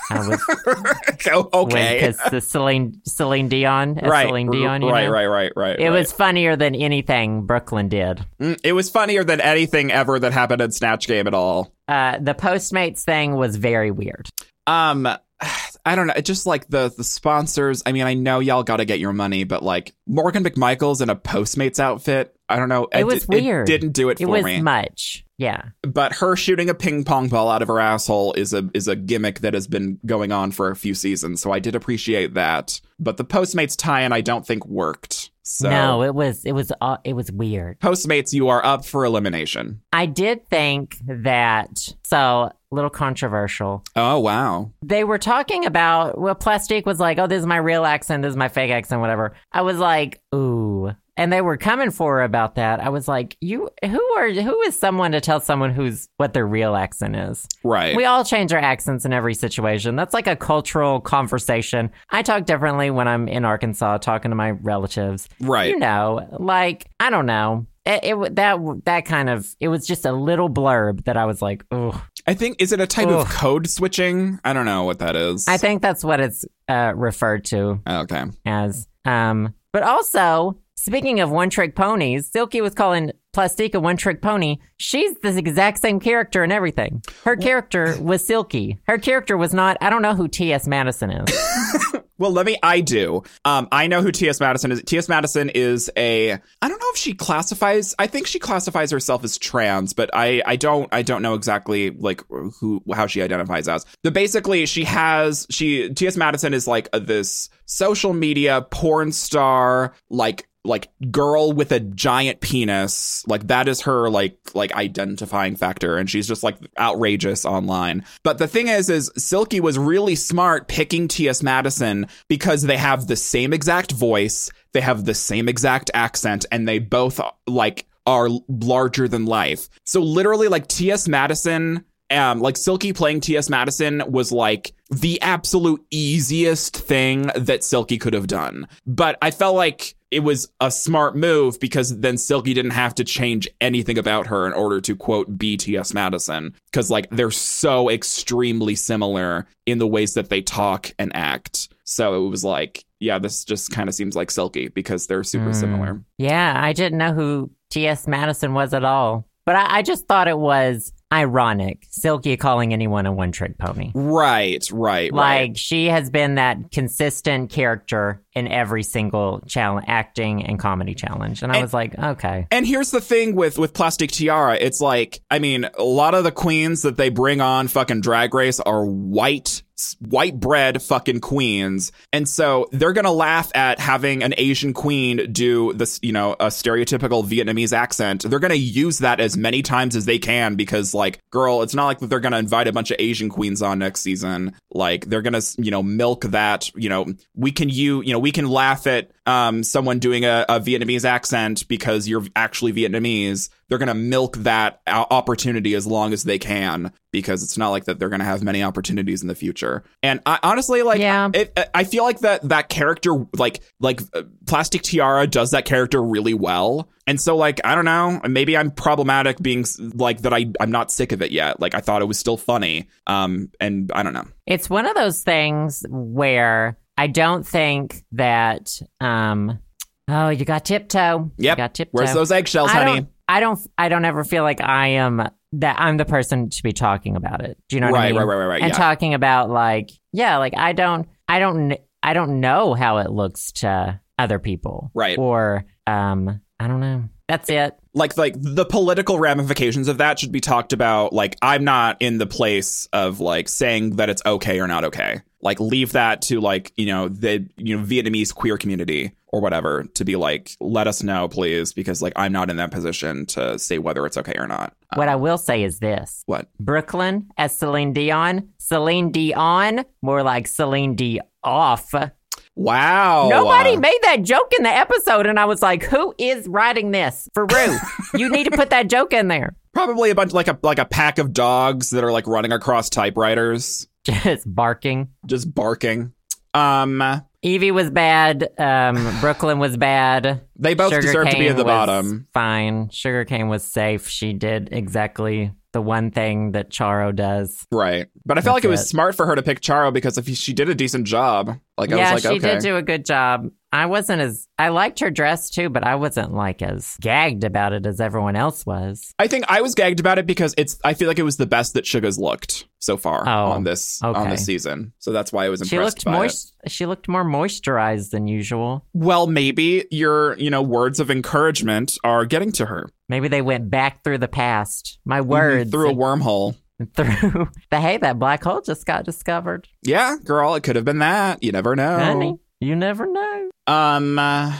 S1: I was
S2: Oh, okay.
S1: because the Celine Celine Dion, as
S2: Right.
S1: Celine Dion, you
S2: right,
S1: know?
S2: right, right, right.
S1: It
S2: right.
S1: was funnier than anything Brooklyn did.
S2: Mm, it was funnier than anything ever that happened in Snatch Game at all.
S1: Uh, the Postmates thing was very weird.
S2: Um, I don't know. It's Just like the the sponsors. I mean, I know y'all got to get your money, but like Morgan McMichael's in a Postmates outfit. I don't know.
S1: It was weird.
S2: didn't do it
S1: It
S2: for
S1: was
S2: me.
S1: much. Yeah.
S2: but her shooting a ping pong ball out of her asshole is a is a gimmick that has been going on for a few seasons. So I did appreciate that. But the Postmates tie-in, I don't think worked. So
S1: No, it was it was uh, it was weird.
S2: Postmates, you are up for elimination.
S1: I did think that so little controversial.
S2: Oh wow.
S1: they were talking about well plastique was like oh this is my real accent this is my fake accent whatever i was like ooh and they were coming for her about that i was like you who are who is someone to tell someone who's what their real accent is
S2: Right.
S1: we all change our accents in every situation that's like a cultural conversation i talk differently when i'm in arkansas talking to my relatives
S2: right.
S1: you know like i don't know it, it w- that that kind of it was just a little blurb that i was like ooh
S2: I think is it a type
S1: Ugh.
S2: of code switching? I don't know what that is.
S1: i think that's what it's uh, referred to
S2: okay.
S1: as. Um, but also, speaking of one trick ponies, Silky was calling Plastique a one trick pony. She's the exact same character and everything. Her character was Silky. Her character was not, I don't know who T.S. Madison is.
S2: Well, let me. I do. Um, I know who T.S. Madison is. T.S. Madison is a. I don't know if she classifies. I think she classifies herself as trans, but I. I don't. I don't know exactly like who how she identifies as. But basically, she has she T.S. Madison is like this social media porn star like like girl with a giant penis like that is her like like identifying factor and she's just like outrageous online but the thing is is silky was really smart picking ts madison because they have the same exact voice they have the same exact accent and they both like are larger than life so literally like ts madison um, like Silky playing T.S. Madison was like the absolute easiest thing that Silky could have done. But I felt like it was a smart move because then Silky didn't have to change anything about her in order to quote be T.S. Madison. Cause like they're so extremely similar in the ways that they talk and act. So it was like, yeah, this just kind of seems like Silky because they're super
S1: Mm.
S2: similar.
S1: yeah, I didn't know who T.S. Madison was at all. But I, I just thought it was ironic Silky calling anyone a one trick pony.
S2: Right, right, right.
S1: Like she has been that consistent character in every single challenge, acting and comedy challenge, and I
S2: And-
S1: was like, okay,
S2: And here's the thing with with Plastic Tiara, it's like, I mean, a lot of the queens that they bring on fucking Drag Race are white s- white bread fucking queens. And so they're going to laugh at having an Asian queen do this, you know, a stereotypical Vietnamese accent. They're going to use that as many times as they can because, like, girl, it's not like they're going to invite a bunch of Asian queens on next season. Like, they're going to, you know, milk that, you know, we can, you, you know, we can laugh at um, someone doing a, a Vietnamese accent because you're actually Vietnamese they're going to milk that o- opportunity as long as they can because it's not like that they're going to have many opportunities in the future. And I honestly like
S1: Yeah.
S2: it, uh, I feel like that that character like like uh, Plastic Tiara does that character really well. And so like I don't know, maybe I'm problematic being s- like that I I'm not sick of it yet. Like I thought it was still funny. Um and I don't know.
S1: It's one of those things where I don't think that. um Oh, you got tiptoe. You
S2: Yep.
S1: got tiptoe.
S2: Where's those eggshells,
S1: I
S2: honey?
S1: don't, I don't. I don't ever feel like I am that. I'm the person to be talking about it. Do you know what I
S2: right,
S1: mean?
S2: right, right, right, right.
S1: and
S2: yeah.
S1: talking about like yeah like i don't i don't kn- i don't know how it looks to other people
S2: Right.
S1: or um i don't know that's it
S2: like like the political ramifications of that should be talked about like i'm not in the place of like saying that it's okay or not okay like leave that to like you know the you know vietnamese queer community or whatever to be like let us know please because like i'm not in that position to say whether it's okay or not Uh,
S1: what i will say is this
S2: what
S1: brooklyn as celine dion celine dion more like celine d off
S2: wow
S1: nobody
S2: Uh,
S1: made that joke in the episode and i was like who is writing this for real you need to put that joke in there
S2: probably a bunch like a like a pack of dogs that are like running across typewriters
S1: just barking
S2: just barking um
S1: evie was bad um brooklyn was bad
S2: they both deserve to be at the
S1: was
S2: bottom
S1: Fine. Sugarcane was safe. She did exactly the one thing that Charo does.
S2: Right. But I felt like
S1: That's
S2: it was
S1: it.
S2: smart for her to pick Charo because if he, she did a decent job, like I
S1: yeah,
S2: was
S1: she
S2: like, okay.
S1: did do a good job. I wasn't as I liked her dress too, but I wasn't like as gagged about it as everyone else was.
S2: I think I was gagged about it because it's I feel like it was the best that Suga's looked so far
S1: Oh,
S2: on this on
S1: okay.
S2: this season. So that's why I was
S1: She
S2: impressed
S1: looked
S2: by it.
S1: moist. She looked more moisturized than usual.
S2: Well, maybe your, you know, words of encouragement are getting to her
S1: Maybe they went back through the past. My
S2: Mhm,
S1: words
S2: through a wormhole.
S1: through the hey, that black hole just got discovered.
S2: Yeah, girl, it could have been that. You never know.
S1: Honey, you never know.
S2: Um. uh,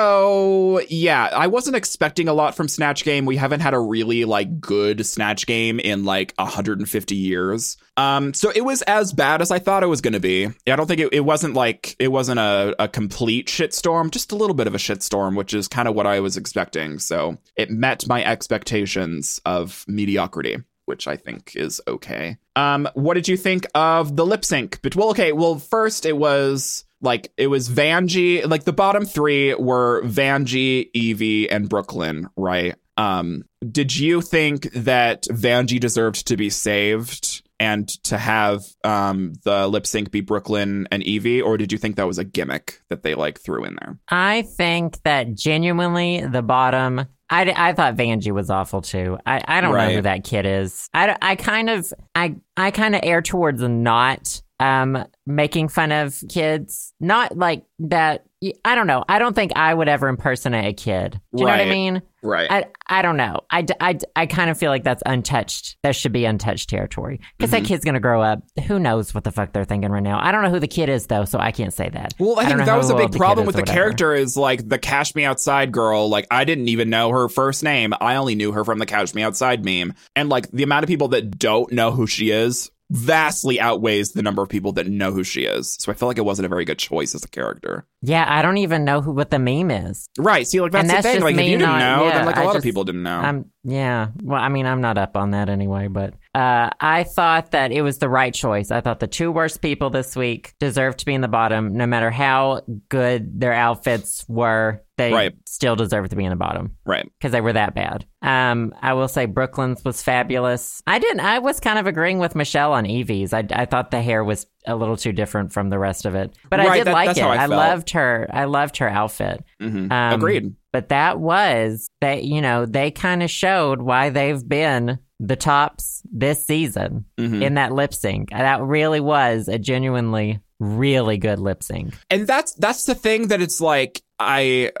S2: So yeah, I wasn't expecting a lot from Snatch Game. We haven't had a really like good Snatch Game in like 150 years. Um. So it was as bad as I thought it was going to be. Yeah, I don't think it, it wasn't like it wasn't a a complete shitstorm. Just a little bit of a shitstorm, which is kind of what I was expecting. So it met my expectations of mediocrity. Which I think is okay. Um, what did you think of the lip sync? But well, okay. Well, first it was like it was Vanjie, like the bottom three were Vanjie, Evie, and Brooklyn, right? Um, did you think that Vanjie deserved to be saved and to have um the lip sync be Brooklyn and Evie, or did you think that was a gimmick that they like threw in there?
S1: I think that genuinely the bottom. I, I thought Vanjie was awful too. I, I don't know who
S2: Right.
S1: that kid is. I, d- I kind of I I kind of err towards not um making fun of kids. Not like that. I don't know. I don't think I would ever impersonate a kid. Do you know what I
S2: Right.
S1: mean?
S2: Right.
S1: I, I don't know. I, d- I, d- I kind of feel like that's untouched. That should be untouched territory because
S2: Mm-hmm.
S1: that kid's gonna grow up. Who knows what the fuck they're thinking right now? I don't know who the kid is though, so I can't say that.
S2: Well, I,
S1: don't
S2: think
S1: know
S2: that
S1: how
S2: was a
S1: old
S2: big
S1: kid
S2: problem
S1: is
S2: with
S1: or
S2: the
S1: whatever.
S2: character is like the Cash Me Outside girl. Like, I didn't even know her first name. I only knew her from the Cash Me Outside meme. And like the amount of people that don't know who she is vastly outweighs the number of people that know who she is. So I feel like it wasn't a very good choice as a character.
S1: Yeah, I don't even know who what the meme is.
S2: Right. See, like that's,
S1: And that's
S2: the thing.
S1: just
S2: Like, if
S1: me
S2: you didn't
S1: not-
S2: know,
S1: yeah,
S2: then like a
S1: I
S2: lot of
S1: just-
S2: people didn't know.
S1: I'm yeah. Well, I mean, I'm not up on that anyway, but uh, I thought that it was the right choice. I thought the two worst people this week deserved to be in the bottom, no matter how good their outfits were. They
S2: Right.
S1: still deserve to be in the bottom
S2: right.
S1: because they were that bad. Um, I will say Brooklyn's was fabulous. I didn't. I was kind of agreeing with Michelle on Evie's. I, I thought the hair was a little too different from the rest of it, but I
S2: Right,
S1: did
S2: that-
S1: like
S2: that's
S1: it.
S2: how I
S1: I,
S2: felt.
S1: loved her. I loved her outfit.
S2: hmm
S1: Um,
S2: Agreed.
S1: But that was that. You know, they kind of showed why they've been the tops this season
S2: Mhm.
S1: in that lip sync. Uh, That really was a genuinely really good lip sync.
S2: and that's that's the thing that it's like i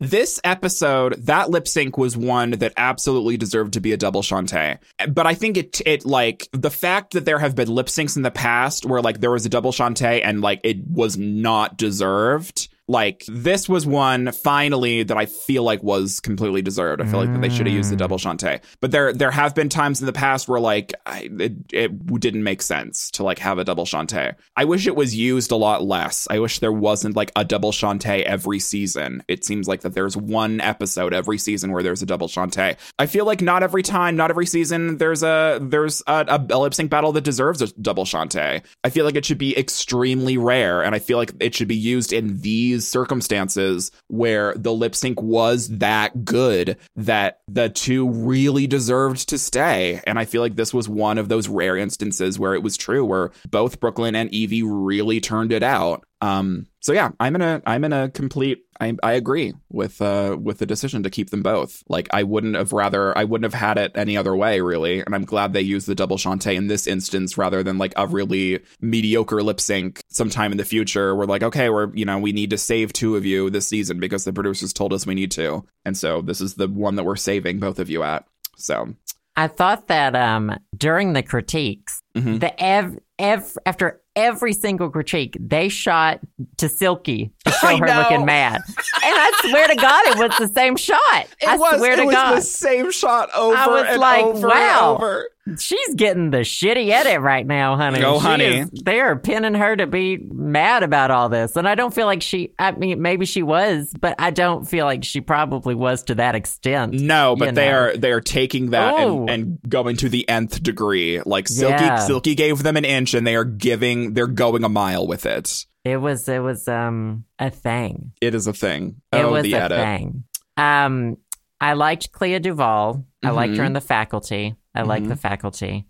S2: This episode, that lip sync was one that absolutely deserved to be a double Shantae. But I think it, it like the fact that there have been lip syncs in the past where like there was a double Shantae and like it was not deserved. Like this was one finally that I feel like was completely deserved. I feel like that they should have used the double Shantae. But there there have been times in the past where like I, it, it didn't make sense to like have a double Shantae. I wish it was used a lot less. I wish there wasn't like a double Shantae every season. It seems like that there's one episode every season where there's a double Shantae. I feel like not every time, not every season there's a there's a, a, a lip sync battle that deserves a double Shantae. I feel like it should be extremely rare, and I feel like it should be used in these circumstances where the lip sync was that good that the two really deserved to stay. And I feel like this was one of those rare instances where it was true, where both Brooklyn and Evie really turned it out. Um, so yeah, I'm in a I'm in a complete I I agree with uh with the decision to keep them both. Like I wouldn't have rather I wouldn't have had it any other way really, and I'm glad they used the double Shantae in this instance rather than like a really mediocre lip sync sometime in the future. We're like okay, we're you know we need to save two of you this season because the producers told us we need to, and so this is the one that we're saving both of you at. So
S1: I thought that um during the critiques,
S2: Mhm.
S1: the ev, ev after every single critique, they shot to Silky to show
S2: I
S1: her
S2: know.
S1: looking mad, and I swear to God, it was the same shot.
S2: it
S1: I
S2: was
S1: swear
S2: it
S1: to
S2: was
S1: God,
S2: the same shot over
S1: was
S2: and
S1: like,
S2: over
S1: wow.
S2: and over.
S1: she's getting the shitty edit right now, honey.
S2: Go,
S1: She
S2: Oh, honey.
S1: is- they are pinning her to be mad about all this, and I don't feel like she. I mean, maybe she was, but I don't feel like she probably was to that extent.
S2: No, but
S1: you
S2: they
S1: know.
S2: are they are taking that
S1: Oh.
S2: and, and going to the nth degree. Like Silky
S1: Yeah.
S2: Silky gave them an inch and they are giving they're going a mile with it.
S1: It was it was um a thing.
S2: It is a thing.
S1: It
S2: oh
S1: was
S2: the
S1: a
S2: edit.
S1: thing. Um, I liked Clea Duvall. I liked
S2: Mm-hmm.
S1: her in the faculty. I liked the faculty.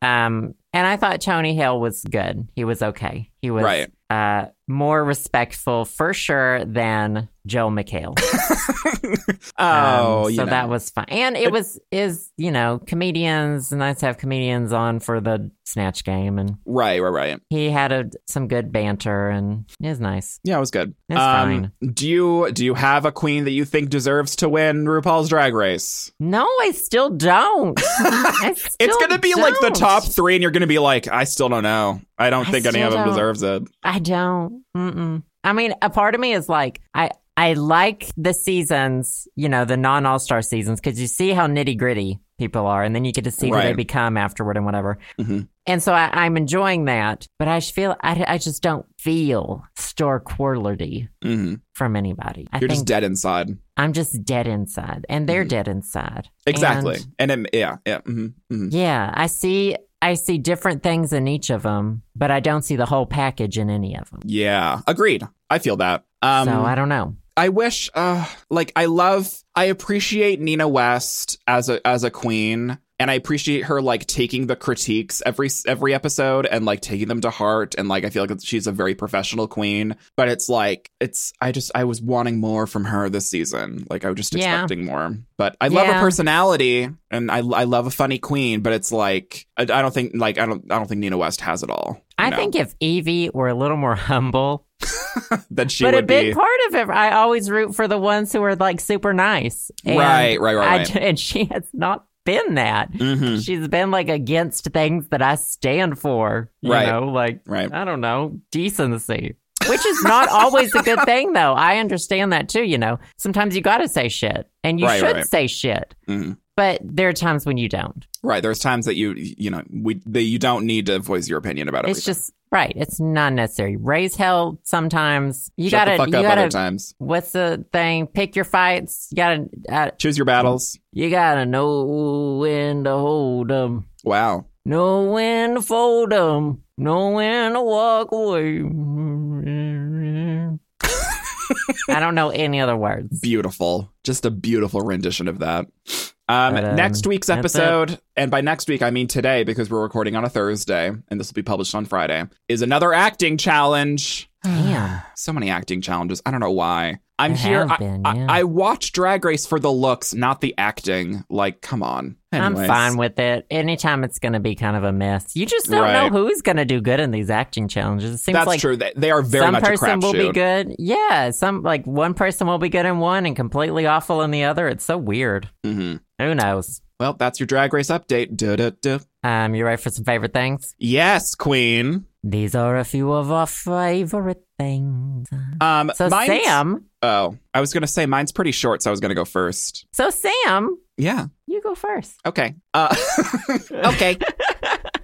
S1: Um, and I thought Tony Hill was good. He was okay. He was
S2: Right.
S1: uh, more respectful for sure than Joe McHale.
S2: Oh,
S1: Um,
S2: you
S1: so
S2: know.
S1: that was fun. And it was is you know comedians. Nice to have comedians on for the snatch game, and
S2: right, right, right.
S1: he had a, some good banter, and it was nice.
S2: Yeah, it was good.
S1: It's
S2: Um, Do you do you have a queen that you think deserves to win RuPaul's Drag Race?
S1: No, I still don't. I
S2: It's
S1: still
S2: gonna be like the
S1: don't.
S2: top three, and you're gonna be like, I still don't know. I don't
S1: I
S2: think any
S1: still
S2: of them
S1: don't.
S2: deserves it.
S1: I don't. Mm-mm. I mean, a part of me is like, I I like the seasons, you know, the non All Star seasons, because you see how nitty gritty people are, and then you get to see who they
S2: Right.
S1: become afterward and whatever.
S2: Mhm.
S1: And so I, I'm enjoying that, but I just feel I, I just don't feel store quality
S2: hmm
S1: from anybody. I
S2: You're
S1: think
S2: just Mm-hmm. dead inside.
S1: I'm just dead inside, and they're dead inside.
S2: Exactly.
S1: And-
S2: And, it, yeah, yeah. hmm hmm
S1: yeah, I see. I see different things in each of them, but I don't see the whole package in any of them.
S2: Yeah, agreed. I feel that. Um,
S1: so I don't know.
S2: I wish, uh, like, I love, I appreciate Nina West as a as a queen, and I appreciate her like taking the critiques every every episode and like taking them to heart, and like I feel like she's a very professional queen. But it's like, it's I just I was wanting more from her this season. Like I was just
S1: Yeah.
S2: expecting more. But I love her
S1: Yeah.
S2: personality, and I I love a funny queen. But it's like I, I don't think like I don't I don't think Nina West has it all. you
S1: I
S2: know?
S1: think if Evie were a little more humble,
S2: that she
S1: but a
S2: would
S1: big
S2: be.
S1: part of it, I always root for the ones who are like super nice. And
S2: Right, right, right,
S1: I-
S2: right.
S1: and she has not been that.
S2: Mhm.
S1: She's been like against things that I stand for. You
S2: Right.
S1: know, like
S2: Right.
S1: I don't know, decency. Which is not always a good thing though. I understand that too, you know. Sometimes you gotta say shit. And you
S2: Right,
S1: should
S2: right.
S1: say shit.
S2: Mhm.
S1: But there are times when you don't.
S2: Right. There's times that you you know we that you don't need to voice your opinion about everything.
S1: It's just right. It's not necessary. Raise hell sometimes. You
S2: Shut
S1: gotta
S2: the fuck
S1: you
S2: up
S1: gotta
S2: other times.
S1: what's the thing? Pick your fights. You gotta, uh,
S2: Choose your battles.
S1: you gotta know when to hold 'em,
S2: Wow.
S1: know when to fold 'em, know when to walk away. I don't know any other words.
S2: Beautiful. Just a beautiful rendition of that. Um,
S1: But, um,
S2: next week's
S1: that's it.
S2: episode, and by next week I mean today because we're recording on a Thursday and this will be published on Friday, is another acting challenge.
S1: Damn.
S2: So many acting challenges. I don't know why. I'm
S1: I
S2: here.
S1: have
S2: I,
S1: been,
S2: I-
S1: yeah.
S2: I watch Drag Race for the looks, not the acting. Like, come on.
S1: I'm
S2: Anyways.
S1: fine with it. Anytime it's going to be kind of a mess, you just don't know
S2: Right.
S1: who's going to do good in these acting challenges. It seems
S2: That's
S1: like
S2: true. They, they are very
S1: some
S2: much a
S1: person will be
S2: crapshoot.
S1: good. Yeah, some like one person will be good in one and completely awful in the other. It's so weird.
S2: hmm
S1: Who knows?
S2: Well, that's your Drag Race update. Du-du-du.
S1: Um, you ready for some favorite things?
S2: Yes, Queen.
S1: These are a few of our favorite things.
S2: Um,
S1: So
S2: mine's-
S1: Sam,
S2: Oh, I was gonna say mine's pretty short, so I was gonna go first.
S1: so Sam,
S2: Yeah.
S1: you go first.
S2: Okay. Uh, okay.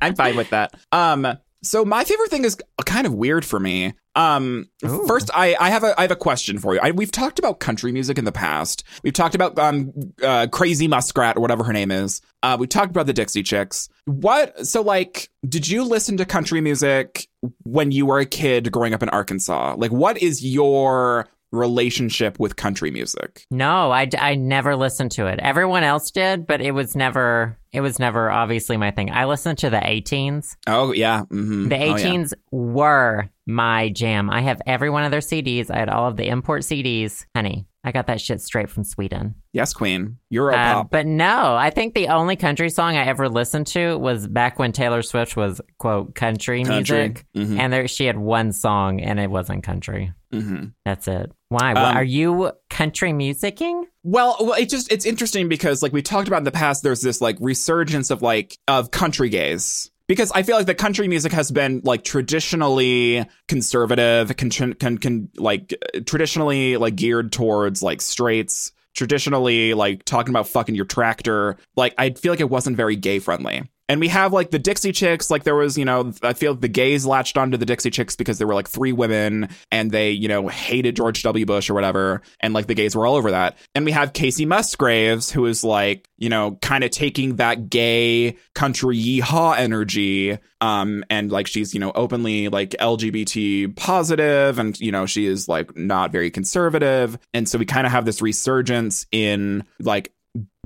S2: I'm fine with that. Um. So my favorite thing is kind of weird for me. Um.
S1: Ooh.
S2: First, I I have a I have a question for you. I, we've talked about country music in the past. We've talked about um uh, Crazy Muskrat or whatever her name is. Uh, we talked about the Dixie Chicks. What? So like, did you listen to country music when you were a kid growing up in Arkansas? Like, what is your relationship with country music?
S1: No, I, d- I never listened to it. Everyone else did, but it was never it was never obviously my thing. I listened to the 18s.
S2: Oh yeah. hmm
S1: The 18s were my jam. I have every one of their CDs. I had all of the import CDs. Honey, I got that shit straight from Sweden.
S2: Yes, Queen. You're a
S1: Uh,
S2: pop.
S1: but no, I think the only country song I ever listened to was back when Taylor Swift was quote country, music,
S2: Mhm,
S1: and there she had one song and it wasn't country.
S2: mhm.
S1: That's it. Why?
S2: Um,
S1: Are you country musicking?
S2: Well, well, it just it's interesting because like we talked about in the past, there's this like resurgence of like of country gays. Because I feel like the country music has been like traditionally conservative, con- con- con- like uh, traditionally like geared towards like straights, traditionally like talking about fucking your tractor. Like I feel like it wasn't very gay friendly. And we have like the Dixie Chicks, like there was, you know, I feel the gays latched onto the Dixie Chicks because there were like three women and they, you know, hated George W. Bush or whatever. And like the gays were all over that. And we have Casey Musgraves, who is like, you know, kind of taking that gay country yeehaw energy. Um, and like she's, you know, openly like LGBT positive and, you know, she is like not very conservative. And so we kind of have this resurgence in like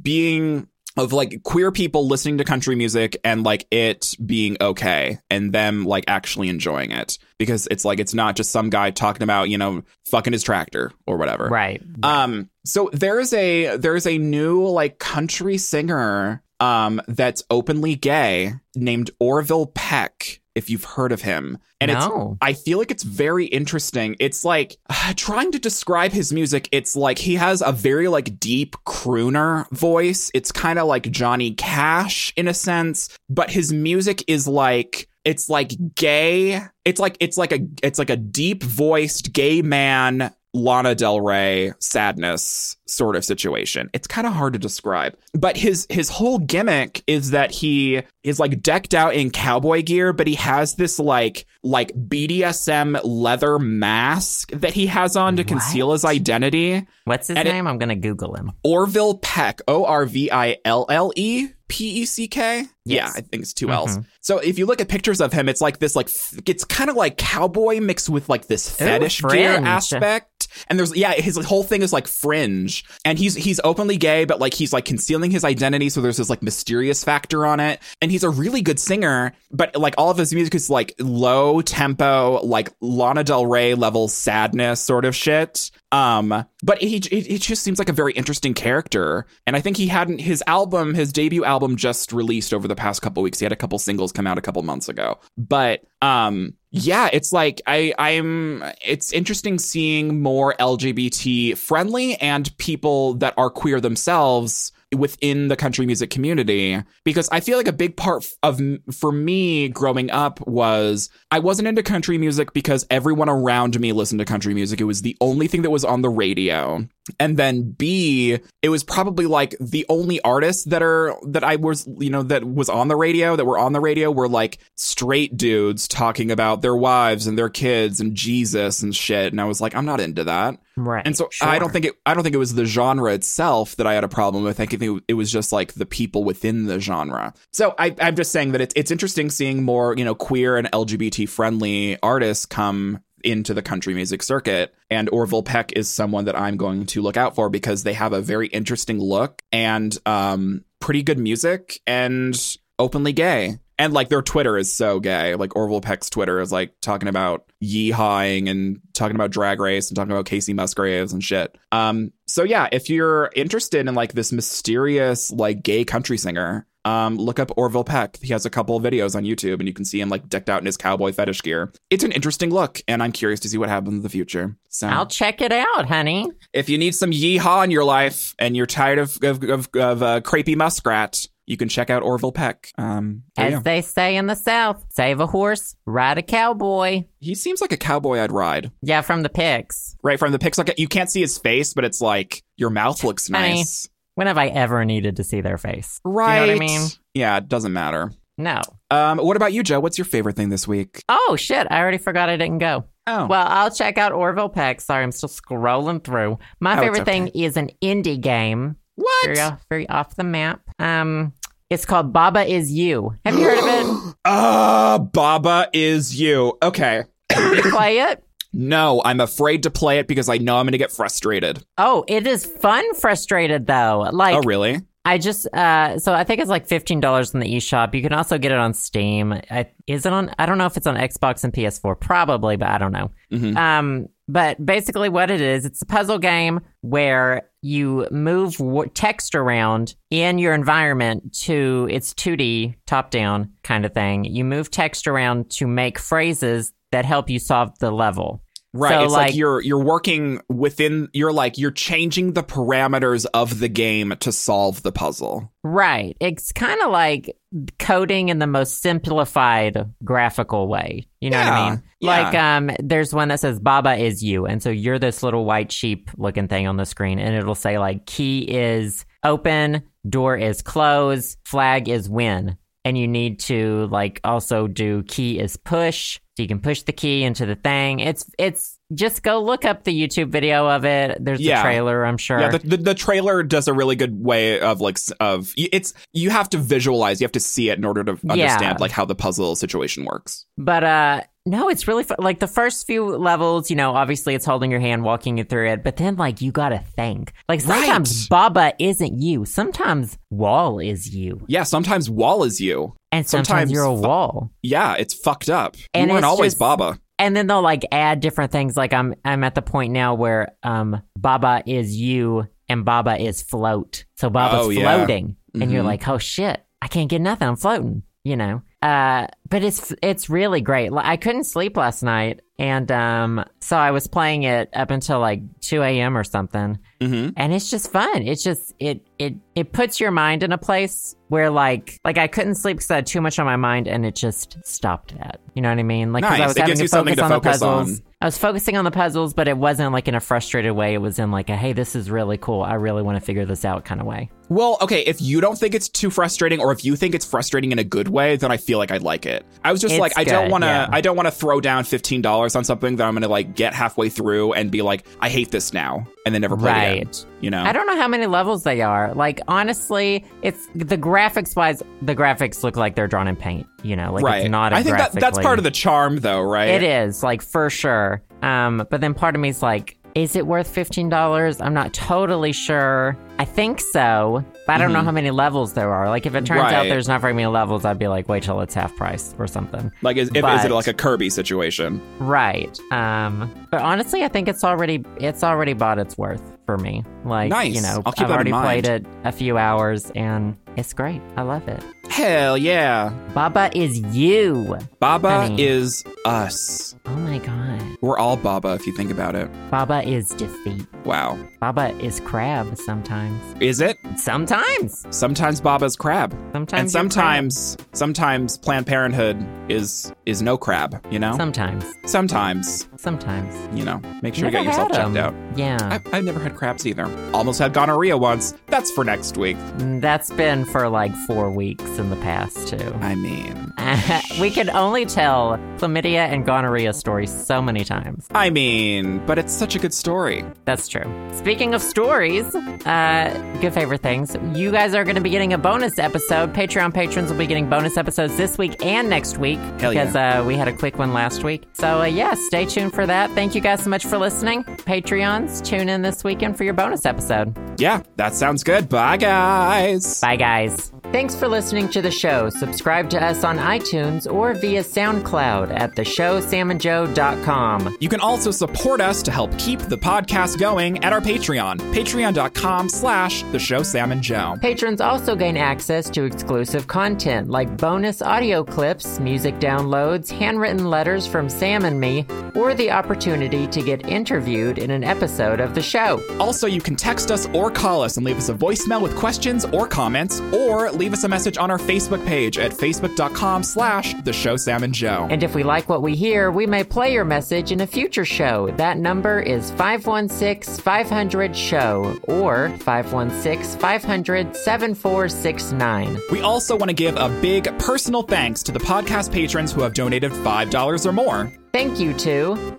S2: being of like queer people listening to country music and like it being okay and them like actually enjoying it because it's like it's not just some guy talking about you know fucking his tractor or whatever
S1: Right.
S2: um so there's a there's a new like country singer um that's openly gay named Orville Peck if you've heard of him and it's
S1: no.
S2: I feel like it's very interesting. It's like trying to describe his music. It's like he has a very like deep crooner voice. It's kind of like Johnny Cash in a sense, but his music is like it's like gay. It's like it's like a it's like a deep voiced gay man Lana Del Rey sadness sort of situation. It's kind of hard to describe. But his his whole gimmick is that he is like decked out in cowboy gear, but he has this like like BDSM leather mask that he has on to conceal his identity.
S1: What's his
S2: and it-
S1: name? I'm gonna Google him.
S2: Orville Peck, O R V I L L E P E C K. Yeah,
S1: Yes. Mm-hmm.
S2: I think it's 2 L's. So if you look at pictures of him, it's like this, like f- it's kind of like cowboy mixed with like this fetish gear
S1: fringe.
S2: aspect. And there's yeah, his whole thing is like fringe, and he's he's openly gay, but like he's like concealing his identity, so there's this like mysterious factor on it. And he's a really good singer, but like all of his music is like low tempo, like Lana Del Rey level sadness sort of shit. Um, but he it, it just seems like a very interesting character, and I think he hadn't his album, his debut album, just released over the past couple weeks. He had a couple singles come out a couple months ago, but um, yeah, it's like I I'm it's interesting seeing more LGBT friendly and people that are queer themselves within the country music community because I feel like a big part of for me growing up was I wasn't into country music because everyone around me listened to country music. It was the only thing that was on the radio. And then B, it was probably like the only artists that are that I was, you know, that was on the radio, that were on the radio were like straight dudes talking about their wives and their kids and Jesus and shit. And I was like, I'm not into that.
S1: Right.
S2: And so I don't think it I don't think it was the genre itself that I had a problem with. I think it, it was just like the people within the genre. So I, I'm just saying that it's it's interesting seeing more you know queer and LGBT friendly artists come into the country music circuit. And Orville Peck is someone that I'm going to look out for because they have a very interesting look and um pretty good music and openly gay. And like their Twitter is so gay. Like Orville Peck's Twitter is like talking about yeehawing and talking about drag race and talking about Casey Musgraves and shit. Um, so yeah, if you're interested in like this mysterious like gay country singer, um, look up Orville Peck. He has a couple of videos on YouTube, and you can see him like decked out in his cowboy fetish gear. It's an interesting look, and I'm curious to see what happens in the future. So
S1: I'll check it out, honey.
S2: if you need some yeehaw in your life and you're tired of of of, of uh, crepey muskrat, you can check out Orville Peck. Um, so
S1: As
S2: yeah.
S1: they say in the South, save a horse, ride a cowboy.
S2: he seems like a cowboy I'd ride.
S1: Yeah, from the pics.
S2: Right from the pics, like you can't see his face, but it's like your mouth looks
S1: Funny.
S2: nice.
S1: When have I ever needed to see their face? You
S2: Right.
S1: know what I mean?
S2: Yeah, it doesn't matter.
S1: No.
S2: Um, what about you, Joe? What's your favorite thing this week?
S1: Oh, shit. I already forgot I didn't go.
S2: Oh,
S1: Well, I'll check out Orville Peck. Sorry, I'm still scrolling through. My
S2: Oh, it's
S1: favorite thing is an indie game.
S2: what?
S1: Very off, very off the map. Um, It's called Baba Is You. Have you heard of
S2: Ah, Baba is you. Okay.
S1: it? You play it?
S2: No, I'm afraid to play it because I know I'm going to get frustrated.
S1: Oh, it is fun frustrated though. Like
S2: oh, really?
S1: I just uh so I think it's like fifteen dollars in the eShop. You can also get it on Steam. I, is it on? I don't know if it's on Xbox and PS4. Probably, but I don't know.
S2: Mhm.
S1: Um, but basically, what it is, it's a puzzle game where you move w- text around in your environment to it's 2D top down kind of thing. You move text around to make phrases that help you solve the level.
S2: Right.
S1: So,
S2: it's like,
S1: like-
S2: you're you're working within you're like you're changing the parameters of the game to solve the puzzle.
S1: Right. It's kind of like coding in the most simplified graphical way. You know what
S2: Yeah,
S1: I mean?
S2: yeah.
S1: Like um there's one that says Baba is you and so you're this little white sheep looking thing on the screen and it'll say like key is open, door is close, flag is win. And you need to like also do key is push. So you can push the key into the thing. It's it's just go look up the YouTube video of it. There's
S2: Yeah.
S1: the trailer, I'm sure.
S2: Yeah, the, the the trailer does a really good way of like s- of y- it's you have to visualize, you have to see it in order to understand like how the puzzle situation works.
S1: But uh no, it's really fu- like the first few levels, you know, obviously it's holding your hand walking you through it, but then like you got to think. Like sometimes Baba isn't you. Sometimes wall is you.
S2: Yeah, sometimes wall is you.
S1: And sometimes,
S2: Sometimes
S1: you're a
S2: fu-
S1: wall.
S2: Yeah, it's fucked up.
S1: And
S2: you weren't
S1: it's
S2: always
S1: just-
S2: Baba.
S1: And then they'll like add different things like I'm I'm at the point now where um Baba is you and Baba is float. So Baba's
S2: Oh, yeah.
S1: floating and you're
S2: Mhm.
S1: like, "Oh shit, I can't get nothing. I'm floating." You know. Uh but it's it's really great. Like, I couldn't sleep last night and um so I was playing it up until like 2 a.m. or something
S2: Mm-hmm.
S1: and it's just fun it's just it it it puts your mind in a place where like like i couldn't sleep because i had too much on my mind and it just stopped that you know what i mean like 'cause
S2: Nice.
S1: i was
S2: It
S1: having
S2: gives
S1: to
S2: you something
S1: focus
S2: to
S1: on
S2: focus
S1: the puzzles
S2: on.
S1: i was focusing on the puzzles but it wasn't like in a frustrated way it was in like a hey this is really cool i really want to figure this out kind of way
S2: Well, okay, if you don't think it's too frustrating or if you think it's frustrating in a good way, then I feel like I'd like it. I was just
S1: It's
S2: like I don't
S1: good,
S2: want to
S1: yeah.
S2: I don't want to throw down $15 on something that I'm going to like get halfway through and be like I hate this now and then never play it again,
S1: Right.
S2: you know.
S1: i don't know how many levels they are like honestly it's the graphics wise the graphics look like they're drawn in paint you know like
S2: right.
S1: it's not a
S2: I think that that's
S1: graphically-
S2: part of the charm though, right?
S1: It is, like for sure. Um, but then part of me's like, is it worth fifteen dollars? I'm not totally sure. I think so, but I don't know how many levels there are. Like if it turns out
S2: Mm-hmm. Right.
S1: there's not very many levels, I'd be like, wait till it's half price or something.
S2: Like is, if, is it
S1: But-
S2: like a Kirby situation?
S1: Right. Um, but honestly, I think it's already it's already bought its worth for me. Like
S2: Nice.
S1: you know,
S2: I'll keep
S1: I've
S2: that
S1: already
S2: in mind.
S1: played it a few hours and it's great. I love it.
S2: Hell yeah.
S1: Baba is you.
S2: Baba
S1: Honey.
S2: is us.
S1: Oh my god.
S2: We're all Baba if you think about it.
S1: Baba is defeat.
S2: Wow.
S1: Baba is crab sometimes.
S2: Is it?
S1: Sometimes.
S2: Sometimes Baba's crab.
S1: Sometimes.
S2: and
S1: you're
S2: sometimes sometimes Planned Parenthood is is no crab, you know?
S1: right. Sometimes.
S2: Sometimes,
S1: Sometimes.
S2: you know, make sure you
S1: Never
S2: get yourself
S1: had
S2: checked
S1: 'em.
S2: out.
S1: Yeah.
S2: I, I've never had crabs either. Almost had gonorrhea once. That's for next week.
S1: Mm, That's been for like four weeks in the past, too.
S2: I mean,
S1: we can only tell chlamydia and gonorrhea stories so many times.
S2: I mean, but it's such a good story.
S1: That's true. Speaking of stories, uh, good favorite things. You guys are going to be getting a bonus episode. Patreon patrons will be getting bonus episodes this week and next week
S2: Hell yeah.
S1: because uh, we had a quick one last week. So uh, yeah, stay tuned for that. Thank you guys so much for listening. Patreons, tune in this weekend for your bonus episode.
S2: Yeah, that sounds good. Bye, guys.
S1: Bye, guys. Thanks for listening to the show. Subscribe to us on iTunes or via SoundCloud at theshowsamandjoe.com.
S2: You can also support us to help keep the podcast going at our Patreon, patreon.com slash the show Sam and Joe.
S1: Patrons also gain access to exclusive content like bonus audio clips, music downloads, handwritten letters from Sam and me, or the opportunity to get interviewed in an episode of the show.
S2: Also, you can text us or call us and leave us a voicemail with questions or comments, or leave us a message on our Facebook page at facebook.com slash the show Sam and Joe.
S1: And if we like what we hear, we may play your message in a future show. That number is 516 500 SHOW or 516 500 7469.
S2: We also want to give a big personal thanks to the podcast patrons who have donated $5 or more.
S1: Thank you to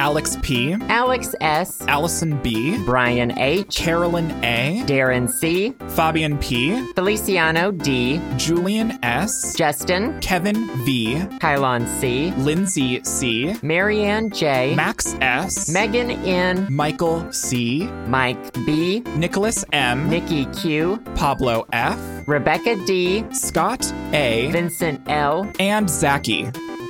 S2: Alex P,
S1: Alex S.,
S2: Allison B,
S1: Brian H.,
S2: Carolyn A,
S1: Darren C.,
S2: Fabian P,
S1: Feliciano D.,
S2: Julian S,
S1: Justin,
S2: Kevin V,
S1: Kylon C.,
S2: Lindsay C,
S1: Marianne J.,
S2: Max S,
S1: Megan N.,
S2: Michael C,
S1: Mike B.,
S2: Nicholas M,
S1: Nikki Q.,
S2: Pablo F,
S1: Rebecca D.,
S2: Scott A,
S1: Vincent L.,
S2: and Zaki.